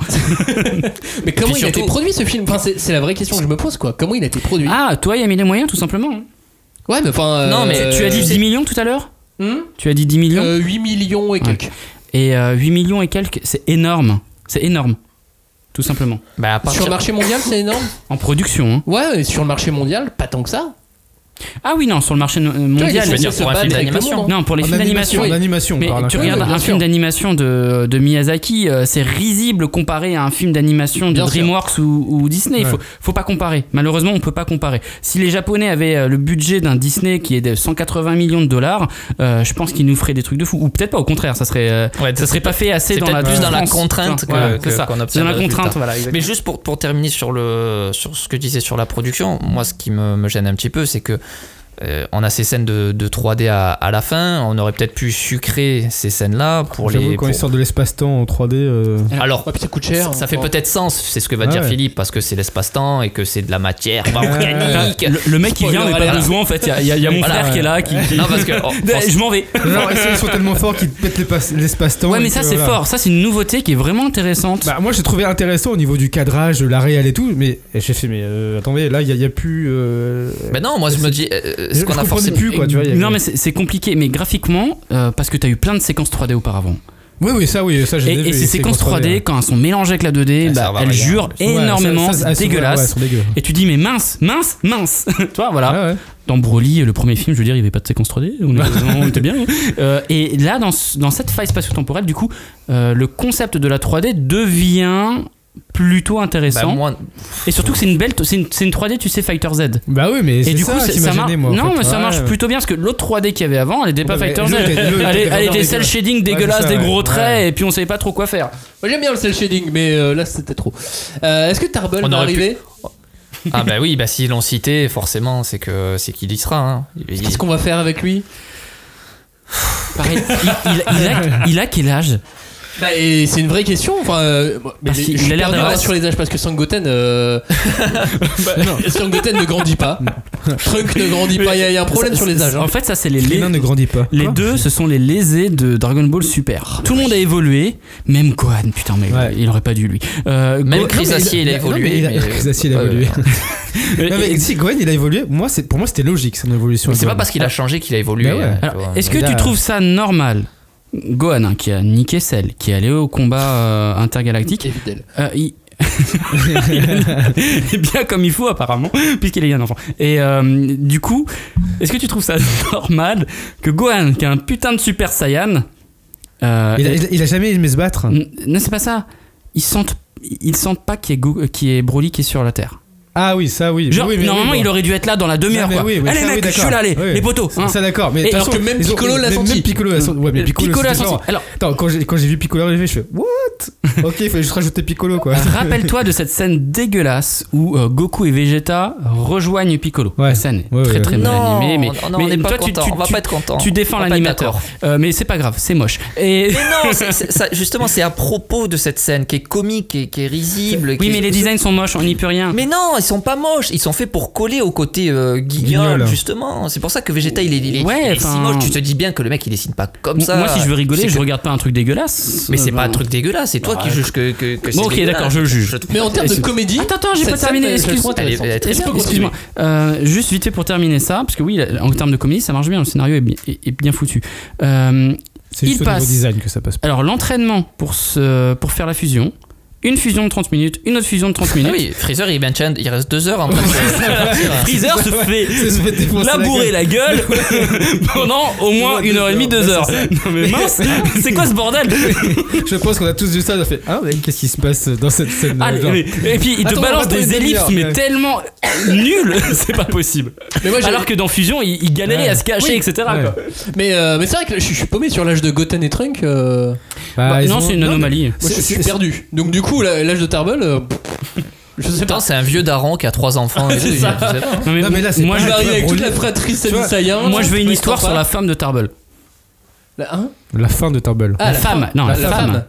Mais comment il a été
surtout-
produit ce film Enfin, c'est c'est la vraie question que je me pose quoi. Comment il a été produit
Ah, toi, il y a mis les moyens tout simplement. hein.
Ouais, mais enfin. euh,
Non, mais
Tu- tu as dit
euh,
10 millions tout à l'heure
hmm
Tu as dit 10
Hein
millions
Euh, 8 millions et quelques.
Et euh, 8 millions et quelques, c'est énorme. C'est énorme. Tout simplement.
Bah, à
Sur
partir-
le marché mondial, c'est énorme
En production. hein.
Ouais, et sur le marché mondial, pas tant que ça.
Ah oui, non, sur le marché no- euh,
Tu vois, il
mondial.
essaie
je veux
de
dire,
se
pour un
battre
film
avec le
d'animation.
monde, hein.
Non, pour les
En
films
animation,
d'animation.
en animation, hein.
Mais
par là,
tu
quand même.
regardes
oui, bien
un
sûr.
film d'animation de, de Miyazaki, euh, c'est risible comparé à un film d'animation de
Bien sûr.
DreamWorks ou, ou Disney. Il
Ouais.
faut, faut pas comparer. Malheureusement, on peut pas comparer. Si les Japonais avaient euh, le budget d'un Disney qui est de 180 millions de dollars, euh, je pense qu'ils nous feraient des trucs de fou. Ou peut-être pas, au contraire, ça serait, euh,
Ouais,
ça serait pas fait assez
c'est
dans la
peut-être plus dans la
France.
contrainte
Enfin, voilà,
que- que-
c'est ça.
qu'on
C'est
obtient
dans la
le résultat.
contrainte, voilà.
Mais juste pour, pour terminer sur, le, sur ce que je disais sur la production, moi ce qui me, me gêne un petit peu, c'est que euh, on a ces scènes de, de 3D à, à la fin, on aurait peut-être pu sucrer ces scènes-là pour
J'avoue,
les.
quand
pour-
ils sortent de l'espace-temps en 3D. euh,
Alors,
Ouais, puis ça coûte cher. hein,
ça, ça fait
enfin.
peut-être sens, c'est ce que va
Ah
dire
ouais.
Philippe, parce que c'est l'espace-temps et que c'est de la matière pas
Euh,
organique.
Le, le mec qui vient, on n'a pas
alert.
besoin en fait. Il y a- Il y, a- il y a mon
Voilà.
frère qui est là. Qui, qui-
Non, parce que, oh,
je m'en vais.
Non, et ça, ils sont tellement forts qu'ils pètent les pas- l'espace-temps.
Ouais,
et
mais ça
que,
c'est
voilà.
fort. Ça c'est une nouveauté qui est vraiment intéressante.
Bah, moi j'ai trouvé intéressant au niveau du cadrage, de la réelle et tout, mais et j'ai fait, mais euh, attendez, là il n'y a, il y a plus. euh,
Mais non, moi je me dis, euh, ce
je
qu'on a
comprenais
forcé.
plus quoi, tu vois. il y a-
non, mais c'est c'est compliqué. Mais graphiquement, euh, parce que t'as eu plein de séquences 3D auparavant.
Oui, oui, ça, oui, ça j'ai
Et,
déjà
et
vu,
ces
les
séquences 3D, quand elles sont mélangées avec la 2D,
Ah, ça
bah,
va,
elles
regarde,
jurent
hein. ouais. Ouais,
énormément.
ça- ça-
C'est
elles sont- ouais,
dégueulasse.
elles sont dégueu. Ah
Et tu dis, mais mince, mince, mince. Toi, voilà.
Ouais, ouais.
Dans Broly, le premier film, je veux dire, il n'y avait pas de séquence 3D. On était, on était bien. hein. Euh, et là, dans, ce- dans cette faille spatio-temporelle, du coup, euh, le concept de la 3D devient plutôt
Bah,
intéressant.
moi,
Et surtout que c'est une belle, c'est une, c'est une 3D, tu sais, Fighter Z.
Bah oui, mais
Et
c'est
du
ça
coup, c'est-
qui
ça
m'a
marche.
gêné, moi. en
Non,
fait.
mais ça
Ouais,
marche
ouais.
plutôt bien parce que l'autre 3D qu'il y avait avant, elle était pas
Ouais, mais
Fighter Z.
l'autre était- l'autre
Elle
était
est- elle
vraiment
était cel
dégueulasse.
shading
Ouais,
dégueulasse,
c'est ça,
des gros
ouais.
traits, et puis on savait pas trop quoi faire.
Moi, J'aime bien le cel shading, mais euh, là c'était trop. Euh, Est-ce que Tarble
On
va
aurait pu-
arriver
ah bah oui, bah s'ils l'ont cité, forcément, c'est que c'est qu'il y sera. hein. Il-
Qu'est-ce qu'on va faire avec lui
Pareil, il, il- il a, il a quel âge
Bah, et c'est une vraie question. Enfin, euh, moi, mais
Parce
les-
qu'il
je suis
a l'air
perdu,
d'avoir-
là, sur les âges parce que Sangoten, euh, non,
Bah,
Sangoten ne grandit pas. Trunk ne grandit pas. Il y, a- il y a un problème
Ça-
sur les âges. hein.
En fait, ça, c'est les,
Les
les,
nains ne grandit pas.
les
Quoi
deux, ce sont les lésés de Dragon Ball Super. Tout le monde a évolué, même Gohan, putain, mais
Ouais.
il aurait pas dû lui. Euh,
Même
Go-
Chris
non, mais-
Assier, il a
non, mais
évolué.
il a- Chris Assier, il a évolué.
euh,
Non, mais si Gwen il a évolué, moi, c'est- pour moi c'était logique son évolution.
Mais c'est pas
Gwen.
parce qu'il a changé qu'il a évolué.
Bah
Mais ouais.
euh, tu vois.
Alors, est-ce que
Là,
tu
euh,
trouves ça normal Gohan, hein, qui a niqué celle, qui est allé au combat euh, intergalactique,
Et Videl.
euh, il... il est bien comme il faut apparemment, puisqu'il est un enfant. Et euh, du coup, est-ce que tu trouves ça normal que Gohan, qui a un putain de Super Saiyan, euh,
Il a, il a- il a jamais aimé se
Mm.
battre.
n- non c'est pas ça, ils sentent, ils sentent pas qu'il y ait Go- qu'il y ait Broly qui est sur la Terre.
Ah oui, ça oui.
Genre,
Oui, mais
normalement,
oui, bon.
il aurait dû être là dans la demi-heure.
Non, mais
quoi.
oui, oui,
allez,
ça,
mec,
oui,
je
d'accord.
suis là, allez,
Oui.
les poteaux. hein.
Ça d'accord, mais de toute
alors
façon,
que même
ils ont-
Piccolo l'a
même-
senti.
Même Piccolo l'a senti. Ouais, mais Piccolo,
Piccolo l'a
c'était
senti.
genre-
Alors-
attends, quand j'ai quand j'ai vu Piccolo arriver, je fais what Ok, il fallait juste rajouter Piccolo quoi.
Rappelle-toi de cette scène dégueulasse où euh, Goku et Vegeta rejoignent Piccolo.
Ouais.
La scène est
Ouais,
très
ouais.
très mal
Non,
animée, mais,
non,
mais
on n'est pas
toi, tu-
content,
tu-
on va
tu-
pas être content.
Tu défends
On va pas être
l'animateur,
d'accord.
Euh, mais c'est pas grave, c'est moche. Et
Mais non, c'est- c'est- ça- justement, c'est à propos de cette scène qui est comique, et qui est risible. qui
oui,
est-
mais les designs sont moches, on n'y peut rien.
Mais non, ils sont pas moches. Ils sont faits pour coller au côté euh, guignol,
Guignol.
justement. C'est pour ça que Vegeta, il est, il est-
Ouais,
il est si
enfin-
moche. Tu te dis bien que le mec, il dessine pas comme
M-
ça.
Moi, si je veux rigoler,
C'est
je
que-
regarde pas un truc dégueulasse.
Mais c'est
Euh,
pas un
ben-
truc dégueulasse. C'est toi qui juges que, que, que
Bon,
c'est
ok,
dégueulasse.
d'accord, je juge.
trouve
Mais
pas
en termes de
intéressant.
comédie,
Attends, attends, j'ai
Cette
pas
scène,
terminé.
elle est
Excuse-moi.
trop intéressante.
Est-ce
Très
que-
bien,
Excuse-moi. Euh, juste vite fait pour terminer ça, parce que oui, là, en termes de comédie, ça marche bien. Le scénario est bien, est- est bien foutu. Euh,
C'est
Il
juste au
passe.
niveau design que ça passe. pas.
alors, l'entraînement pour, ce, pour faire la fusion, une fusion de 30 minutes, une autre fusion de 30 minutes.
Ah oui, Freezer, il vient de chaîne, il reste deux heures en train de
Freezer se fait
Se fait défoncer la
labourer la gueule pendant au moins une heure et demie, deux heures. Non mais mince, c'est quoi ce bordel
Je pense qu'on a tous vu ça, on a fait Ah, mais qu'est-ce qui se passe dans cette scène
Ah,
genre
mais- Et puis il te
Attends,
balance
attends,
des
une
ellipses
demi-heure,
mais
ouais.
tellement nul, c'est pas possible.
mais moi j'ai-
Alors que dans Fusion, il, il galérait à se cacher, etc. quoi.
Ouais.
mais, euh, mais c'est vrai que je, je suis paumé sur l'âge de Goten et Trunk. euh,
Bah,
Bah,
ils
non,
ont-
c'est une anomalie.
moi, je
C'est-
suis
c'est-
perdu. Donc du coup la- l'âge de Tarbell, euh, je sais pas.
Pourtant, c'est un vieux daron qui a trois enfants. et tout,
C'est
il-
ça.
je sais pas. hein.
Non, mais,
Non, mais là, c'est
moi,
pas-
Il
je,
va arriver avec toute
Broly-
la fratrie
Tu vois,
Saiyan.
moi, je veux une
Ils
histoire
sont
sur
pas-
la femme de Tarbell.
La, hein
La fin de Tarbell.
Ah,
la femme, non, la,
la
femme.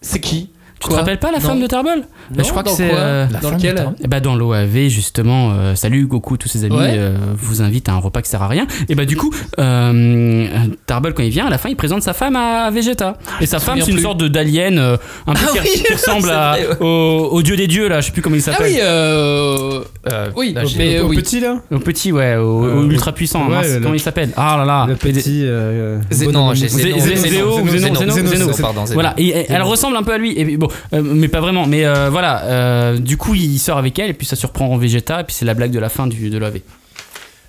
C'est qui
Tu te rappelles pas la
Non.
femme de Tarbell Bah,
Non,
Je crois que
dans
c'est.
quoi
euh,
Dans lequel
Eh bah dans l'OAV justement, euh, salut Goku, tous ses amis
Ouais.
euh, vous invitent à un repas qui sert à rien. Et bah du coup, euh, Tarbell quand il vient, à la fin il présente sa femme à Vegeta. Et sa femme
souviens
c'est une
plus.
sorte de d'alien euh, un peu
Ah
qui,
oui,
qui ressemble
c'est
à-
vrai,
au, au dieu des dieux là, je sais plus comment il
Ah
s'appelle.
oui, euh...
Euh,
oui,
là, j'ai-
mais
Au
oui.
petit là
Au petit ouais, au,
Euh,
au ultra puissant.
ouais,
mince,
le-
comment il s'appelle Ah là là.
Le petit. euh,
Zé-
bonhomme.
non, j'ai
Zé-
Zénon,
Zé-
Zénon,
Zéo,
Zénon,
Zéno,
Zénon,
Zéno,
Zénon,
Zéno.
pardon, Zénon.
Voilà, et elle, elle ressemble un peu à lui. Et puis, bon, euh, mais pas vraiment. Mais euh, voilà, euh, du coup il sort avec elle et puis ça surprend Vegeta et puis c'est la blague de la fin du, de l'OAV.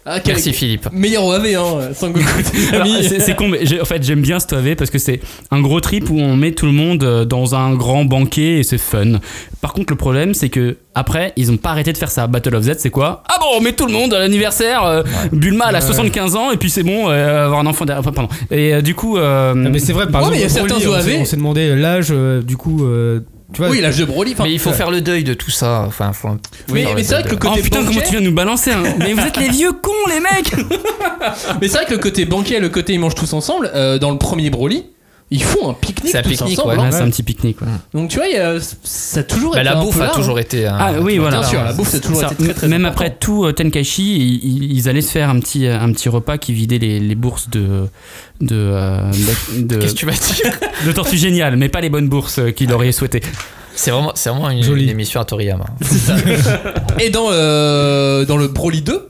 Ah, quel-
Merci Philippe.
Meilleur OAV, hein, Sangoku.
Alors,
Ami.
c'est c'est con, mais j'ai- en fait, j'aime bien cet AV parce que c'est un gros trip où on met tout le monde euh, dans un grand banquet et c'est fun. Par contre, le problème, c'est que après, ils ont pas arrêté de faire ça. Battle of Z, c'est quoi Ah bon, on met tout le monde à l'anniversaire. euh, Bulma, elle a 75 ans et puis c'est bon, euh, avoir un enfant derrière. Enfin, pardon. Et euh, du coup, euh,
Ah, mais c'est vrai, par
Ouais, mais il y a
exemple,
certains
Broly, on
OAV.
s'est- on s'est demandé l'âge euh, du coup. euh, Tu vois,
Oui, l'âge de Broly. enfin,
Mais il faut faire le deuil de tout ça. Enfin, faut-
Mais,
faire
euh, mais
le
c'est vrai
deuil
que le
de-
oh
côté
putain, comment
banquet,
tu viens de nous balancer hein. Mais vous êtes les vieux cons, les mecs
mais c'est vrai que le côté banquet et le côté ils mangent tous ensemble, euh, dans le premier Broly, ils font un pique-nique
C'est un
tous
pique-nique,
ensemble.
ouais.
hein.
Ah, C'est un petit pique-nique. quoi.
Donc tu vois, il y a- ça a toujours
Bah,
été
la
un
bouffe
peu
a
là,
toujours
hein.
été. un-
Ah oui, voilà.
Bien sûr, la bouffe, c'est toujours
Ça,
été très, très
Même
important.
après tout euh, Tenkaichi, i- i- ils allaient se faire un petit, euh, un petit repas qui vidait les, les bourses de. de. euh, de,
Qu'est-ce que tu vas dire
de- de Tortue Géniale, mais pas les bonnes bourses euh, qu'il aurait souhaité.
C'est vraiment, c'est vraiment une,
Joli.
une émission à Toriyama.
C'est ça. et dans, euh, dans le Broly 2,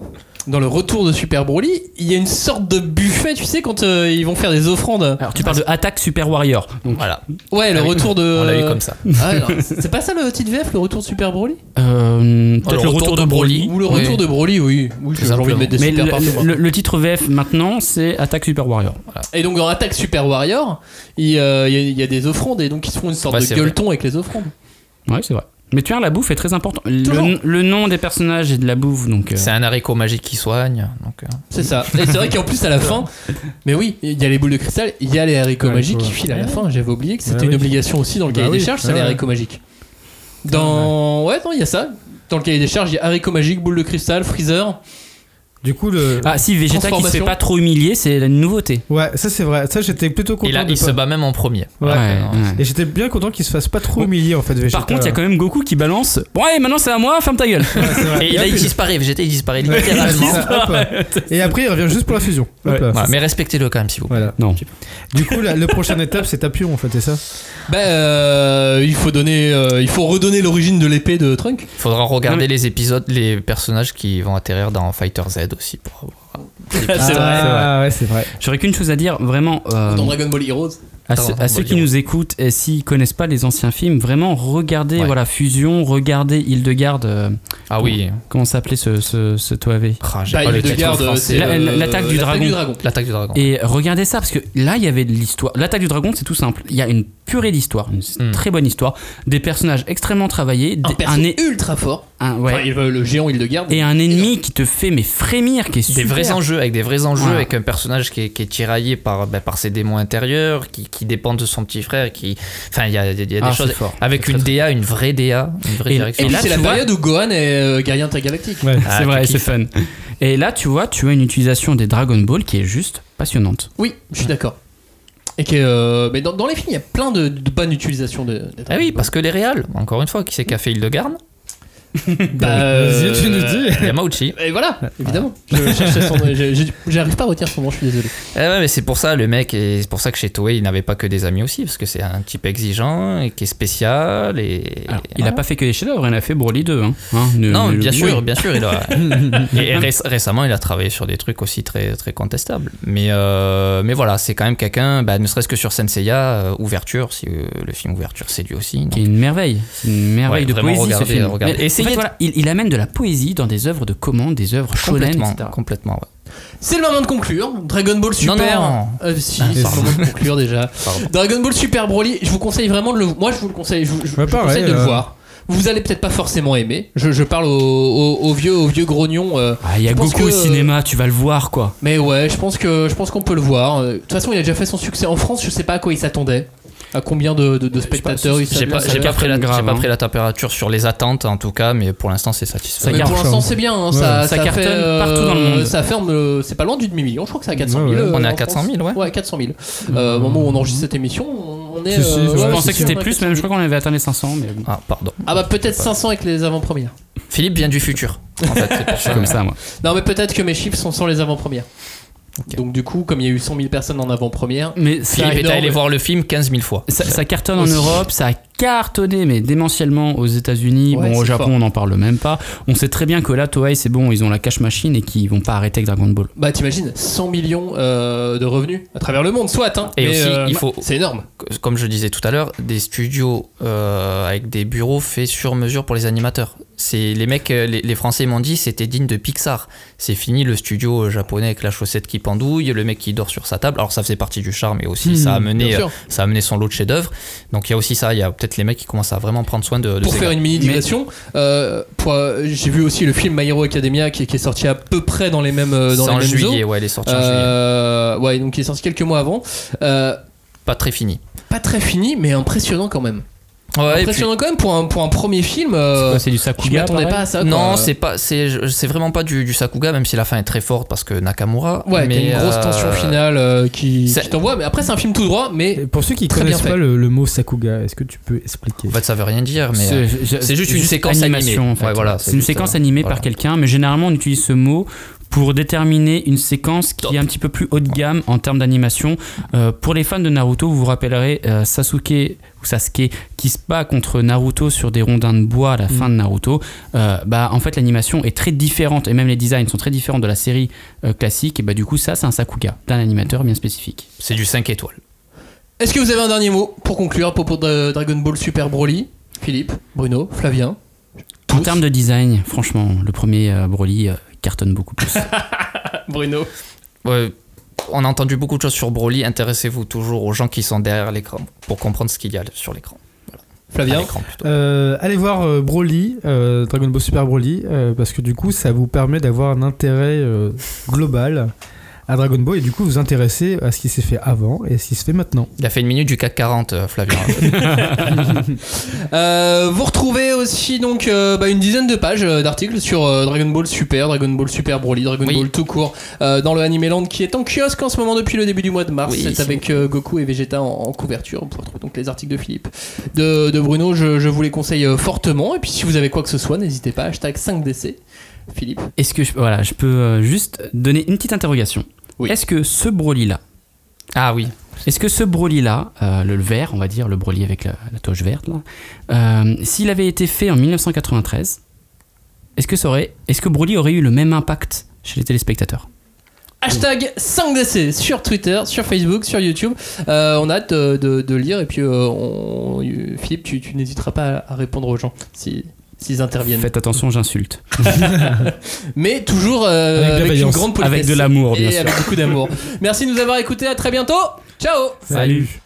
dans le retour de Super Broly, il y a une sorte de buffet, tu sais, quand euh, ils vont faire des offrandes.
Alors tu parles de Attack Super Warrior. Donc,
Voilà,
Ouais, le
Ah oui.
retour de.
on l'a eu comme ça.
Ah, non, c'est pas ça le titre VF, le retour de Super Broly
euh, peut-être
le
le
retour
retour de
de
Broly.
Ou le retour
Oui.
de Broly, oui. Oui,
Tout
j'ai envie de
simplement.
mettre des
Mais
super
le,
partout. hein. moi.
le- le titre VF maintenant, c'est Attack Super Warrior.
Et donc, dans Attack Super Warrior, il euh, il y, a- il y a des offrandes et donc ils se font une sorte
Ouais,
de
Bah, c'est
gueuleton avec les offrandes.
Ouais, c'est vrai. Mais tu vois, la bouffe est très importante.
Toujours.
Le, le nom des personnages et de la bouffe, donc. euh,
C'est un haricot magique qui soigne. Donc, euh,
C'est ça. Et c'est vrai qu'en plus, à la fin, mais oui, il y a les boules de cristal, il y a les haricots
Ouais,
magiques
ouais.
qui filent à la fin. J'avais oublié que c'était
Ouais,
une
oui.
obligation aussi dans le
Bah
cahier des
oui.
charges, ça,
Ouais,
les
ouais.
haricots magiques. Dans. Ouais, non, il y a ça. Dans le cahier des charges, il y a haricots magiques, boules de cristal, freezer.
Du coup, le.
Ah si, Vegeta qui se fait
Transformation.
pas trop humilier, c'est la nouveauté.
Ouais, ça c'est vrai. Ça j'étais plutôt content.
et là,
de
il se
pas-
bat même en premier.
Ouais.
Alors,
ouais.
Et j'étais bien content qu'il se fasse pas trop
Bon.
humilier en fait. Vegeta.
Par contre, il y a quand même Goku qui balance. Bon, allez, maintenant c'est à moi, ferme ta gueule.
C'est vrai.
Et là, il disparaît. Vegeta, il disparaît
Ouais,
littéralement.
c'est ça, hop. Et après, il revient juste pour la fusion. Hop
Ouais.
là.
Voilà, mais respectez-le quand même, si vous plaît.
Voilà.
Non.
Du coup, la, le prochaine étape, c'est Tapion en fait, c'est ça
Bah, euh, il faut donner. euh, il faut redonner l'origine de l'épée de Trunk.
Faudra
Non,
regarder
mais-
les épisodes, les personnages qui vont atterrir dans Fighter Z aussi. Pour...
C'est
Ah ouais, c'est vrai.
Euh, J'aurais qu'une chose à dire, vraiment, euh,
Dans Dragon Ball Heroes.
à, ceux- à ceux qui nous écoutent et s'ils connaissent pas les anciens films, vraiment regardez
Ouais.
voilà Fusion, regardez Hildegarde. euh,
Ah oui.
comment s'appelait ce ce, ce toavé
Ah, j'ai
Bah,
pas
il
le
de
titre
garde,
français.
c'est euh,
La-
le-
euh, l'attaque du dragon.
L'attaque du dragon.
Et regardez ça parce que là il y avait de l'histoire. L'attaque du dragon, c'est tout simple. Il y a une purée d'histoire. Une
Hmm.
très bonne histoire. Des personnages extrêmement travaillés.
Un
des-
perso
Ah, é-
ultra fort.
un- ouais.
Enfin, il veut- le géant, il le garde.
et un ennemi qui te fait mais frémir, qui est
Des
super.
vrais enjeux, avec des vrais enjeux,
Voilà.
avec un personnage qui est, qui est tiraillé par, ben, par ses démons intérieurs, qui, qui dépend de son petit frère, qui. Enfin, il y a, il y a- il y a des
Ah, c'est
choses.
fort.
Avec une DA, une vraie DA, une vraie
Et-
direction.
et
Puis
là,
c'est la
tu vois-
période où Gohan est euh, gardien intergalactique.
Ouais.
Ah,
c'est vrai,
tu
c'est fun. Et là, tu vois, tu as une utilisation des Dragon Ball qui est juste passionnante.
Oui, je suis d'accord. Et que euh, mais dans, dans les films, il y a plein de, de bonnes utilisations de. des
Ah oui,
Dragon
parce que les réals, encore une fois, qui c'est qu'a fait Hildegarde
Ball. Bah, euh,
Vas-y, tu nous dis.
Yamauchi.
Et voilà, évidemment. Je cherchais son j'ai- j'ai- J'arrive pas à retenir son nom, je suis désolé.
Eh ouais, mais c'est pour ça, le mec, et c'est pour ça que chez Toei, il n'avait pas que des amis aussi, parce que c'est un type exigeant, et qui est spécial, et.
Alors,
et
Il
voilà.
n'a pas fait que des chefs-d'œuvre, il a fait Broly 2. Hein. Hein, ne-
Non,
ne
bien
l'oublions
sûr,
pas.
bien sûr. Il a... et réc- récemment, il a travaillé sur des trucs aussi très, très contestables. Mais, euh, mais voilà, c'est quand même quelqu'un, bah, ne serait-ce que sur Senseiya, euh, Ouverture, si euh, le film Ouverture, c'est lui aussi. donc.
Qui est une merveille. C'est Une merveille
Ouais,
de
vraiment,
poésie
regardez,
ce film.
regardez.
Mais, en
Essayez
fait,
de-
voilà, il, il amène de la poésie dans des œuvres de commande, des œuvres shonen,
Complètement,
etc.
complètement, ouais.
C'est le moment de conclure. Dragon Ball Super.
non.
Euh, si, c'est le moment de conclure déjà.
Pardon.
Dragon Ball Super Broly, je vous conseille vraiment de le Moi, je vous le conseille. Je, vous- je-
Ouais,
je vous
pareil,
conseille de le
euh.
voir. Vous allez peut-être pas forcément aimer. Je, je parle aux au, au vieux, au vieux grognon. euh,
Ah, il y a
Je pense
Goku
que-
au cinéma, tu vas le voir quoi.
mais ouais, je pense que je pense qu'on peut le voir. Euh, De toute façon, il a déjà fait son succès en France. Je sais pas à quoi il s'attendait. À combien de, de- de spectateurs il
J'ai
s'attendait.
pas,
ça
j'ai
doit
pas
être
pris la,
grave,
j'ai pas
hein.
pris la température sur les attentes, en tout cas, mais pour l'instant, c'est satisfaisant.
Mais
Ça
pour
cartonne.
l'instant, c'est bien. hein,
Ouais,
ça,
ouais. Ça cartonne
fait, euh,
partout dans le monde.
Ça ferme. euh, c'est pas loin du demi-million. Je crois que c'est à 400 000.
Ouais, ouais.
euh,
On est à
en
400 000,
France.
ouais.
Ouais, 400 000. Euh, Au moment où on enregistre cette émission, on est.
Si, si,
euh,
je
Je
ouais,
Ouais,
pensais
c'est
que
sûr,
c'était
ouais,
plus,
400 000.
même je crois qu'on avait atteint les 500, mais bon.
Ah, pardon.
Ah bah peut-être 500 avec les avant-premières.
Philippe vient du futur. En fait, c'est pour
c'est
ça.
comme ça moi.
Non mais peut-être que mes chiffres sont sans les avant-premières.
Ok.
Donc du coup, comme il y a eu 100 000 personnes en avant-première,
Mais ça,
Philippe est
énorme.
allé voir le film 15 000 fois.
ça- ça cartonne en
Aussi.
Europe, ça a cartonné mais démentiellement aux États-Unis.
Ouais,
bon, au
c'est
Japon,
fort.
on n'en parle même pas. On sait très bien que là, Toei, c'est bon, ils ont la cash machine et qu'ils vont pas arrêter avec Dragon Ball.
bah t'imagines 100 millions euh, de revenus à travers le monde, soit. Hein,
Et
Mais,
aussi, il faut-
C'est énorme.
comme je disais tout à l'heure, des studios euh, avec des bureaux faits sur mesure pour les animateurs. C'est les mecs, euh, les, les Français m'ont dit, c'était digne de Pixar. C'est fini le studio euh, japonais avec la chaussette qui pendouille, le mec qui dort sur sa table. Alors ça faisait partie du charme, mais aussi
Hmm,
ça a
Bien
mené,
sûr.
ça a mené son lot de chefs-d'œuvre. Donc il y a aussi ça. Il y a peut-être les mecs qui commencent à vraiment prendre soin de. de
Pour
ces
faire
gars.
une mini digression, euh, pour, euh, j'ai vu aussi le film My Hero Academia qui, qui est sorti à peu près dans les mêmes euh, dans
C'est
les
en
mêmes eaux.
juillet, ouais, les sorties en juillet.
Euh, ouais, donc il est sorti quelques mois avant. Euh,
Pas très fini.
pas très fini, mais impressionnant quand même.
Ouais, et puis-
impressionnant quand même pour un, pour un premier film. euh,
C'est quoi, C'est du
je
Sakuga
m'attendais
pareil
pas à ça.
Non,
quoi.
c'est pas, c'est, je- c'est vraiment pas du, du Sakuga, même si la fin est très forte parce que Nakamura.
Ouais,
mais
t'as une grosse
euh,
tension finale euh, qui,
c'est-
qui t'envoie, mais après c'est un film tout droit, mais
Et Pour ceux qui
Très
connaissent
bien
pas
fait.
le, le mot Sakuga, est-ce que tu peux expliquer
En fait, ça veut rien dire, mais. euh,
C'est
c'est juste une séquence animée.
En fait.
Ouais, voilà, c'est
c'est une
juste,
séquence
euh,
animée
voilà.
par quelqu'un, mais généralement on utilise ce mot pour déterminer une séquence qui
Top.
est un petit peu plus haut de gamme en termes d'animation. Euh, pour les fans de Naruto, vous vous rappellerez euh, Sasuke ou Sasuke qui se bat contre Naruto sur des rondins de bois à la
Mm.
fin de Naruto. Euh, bah, en fait, l'animation est très différente et même les designs sont très différents de la série euh, classique. Et bah, du coup, ça, c'est un Sakuga d'un animateur bien spécifique.
C'est du 5 étoiles.
est-ce que vous avez un dernier mot pour conclure à propos de Dragon Ball Super Broly Philippe, Bruno, Flavien
En
Tous.
termes de design, franchement, le premier euh, Broly euh, cartonne beaucoup plus.
Bruno.
Ouais, on a entendu beaucoup de choses sur Broly. Intéressez-vous toujours aux gens qui sont derrière l'écran pour comprendre ce qu'il y a sur l'écran. À
Flavien
l'écran, plutôt.
Euh, allez voir euh, Broly, euh, Dragon Ball Super Broly, euh, parce que du coup, ça vous permet d'avoir un intérêt euh, global à Dragon Ball et du coup vous intéresser à ce qui s'est fait avant et à ce qui se fait maintenant.
Il a fait une minute du CAC 40, euh, Flavien.
Euh, vous retrouvez aussi donc euh, bah, une dizaine de pages euh, d'articles sur euh, Dragon Ball Super, Dragon Ball Super Broly, Dragon
Oui.
Ball tout court euh, dans le Anime Land qui est en kiosque en ce moment depuis le début du mois de mars.
Oui,
C'est
si
avec euh, Goku et Vegeta en, en couverture. On peut retrouver donc les articles de Philippe, de, de Bruno. Je, je vous les conseille euh, fortement. Et puis si vous avez quoi que ce soit, n'hésitez pas. Hashtag 5DC. Philippe.
Est-ce que je, voilà, je peux euh, juste donner une petite interrogation.
Oui.
Est-ce que ce Broly là,
ah oui.
est-ce que ce Broly là, euh, le vert, on va dire le Broly avec la, la toche verte là, euh, s'il avait été fait en 1993, est-ce que ça aurait, est-ce que Broly aurait eu le même impact chez les téléspectateurs
Hashtag 5DC sur Twitter, sur Facebook, sur YouTube. Euh, on a hâte de, de- de lire et puis euh, on- Philippe, tu, tu n'hésiteras pas à répondre aux gens si- s'ils interviennent.
Faites attention, j'insulte.
Mais toujours euh,
Avec la
avec, une
vaillance.
grande politesse.
Avec de l'amour, bien
Et
sûr.
avec beaucoup d'amour. Merci de nous avoir écoutés, à très bientôt. Ciao
Salut.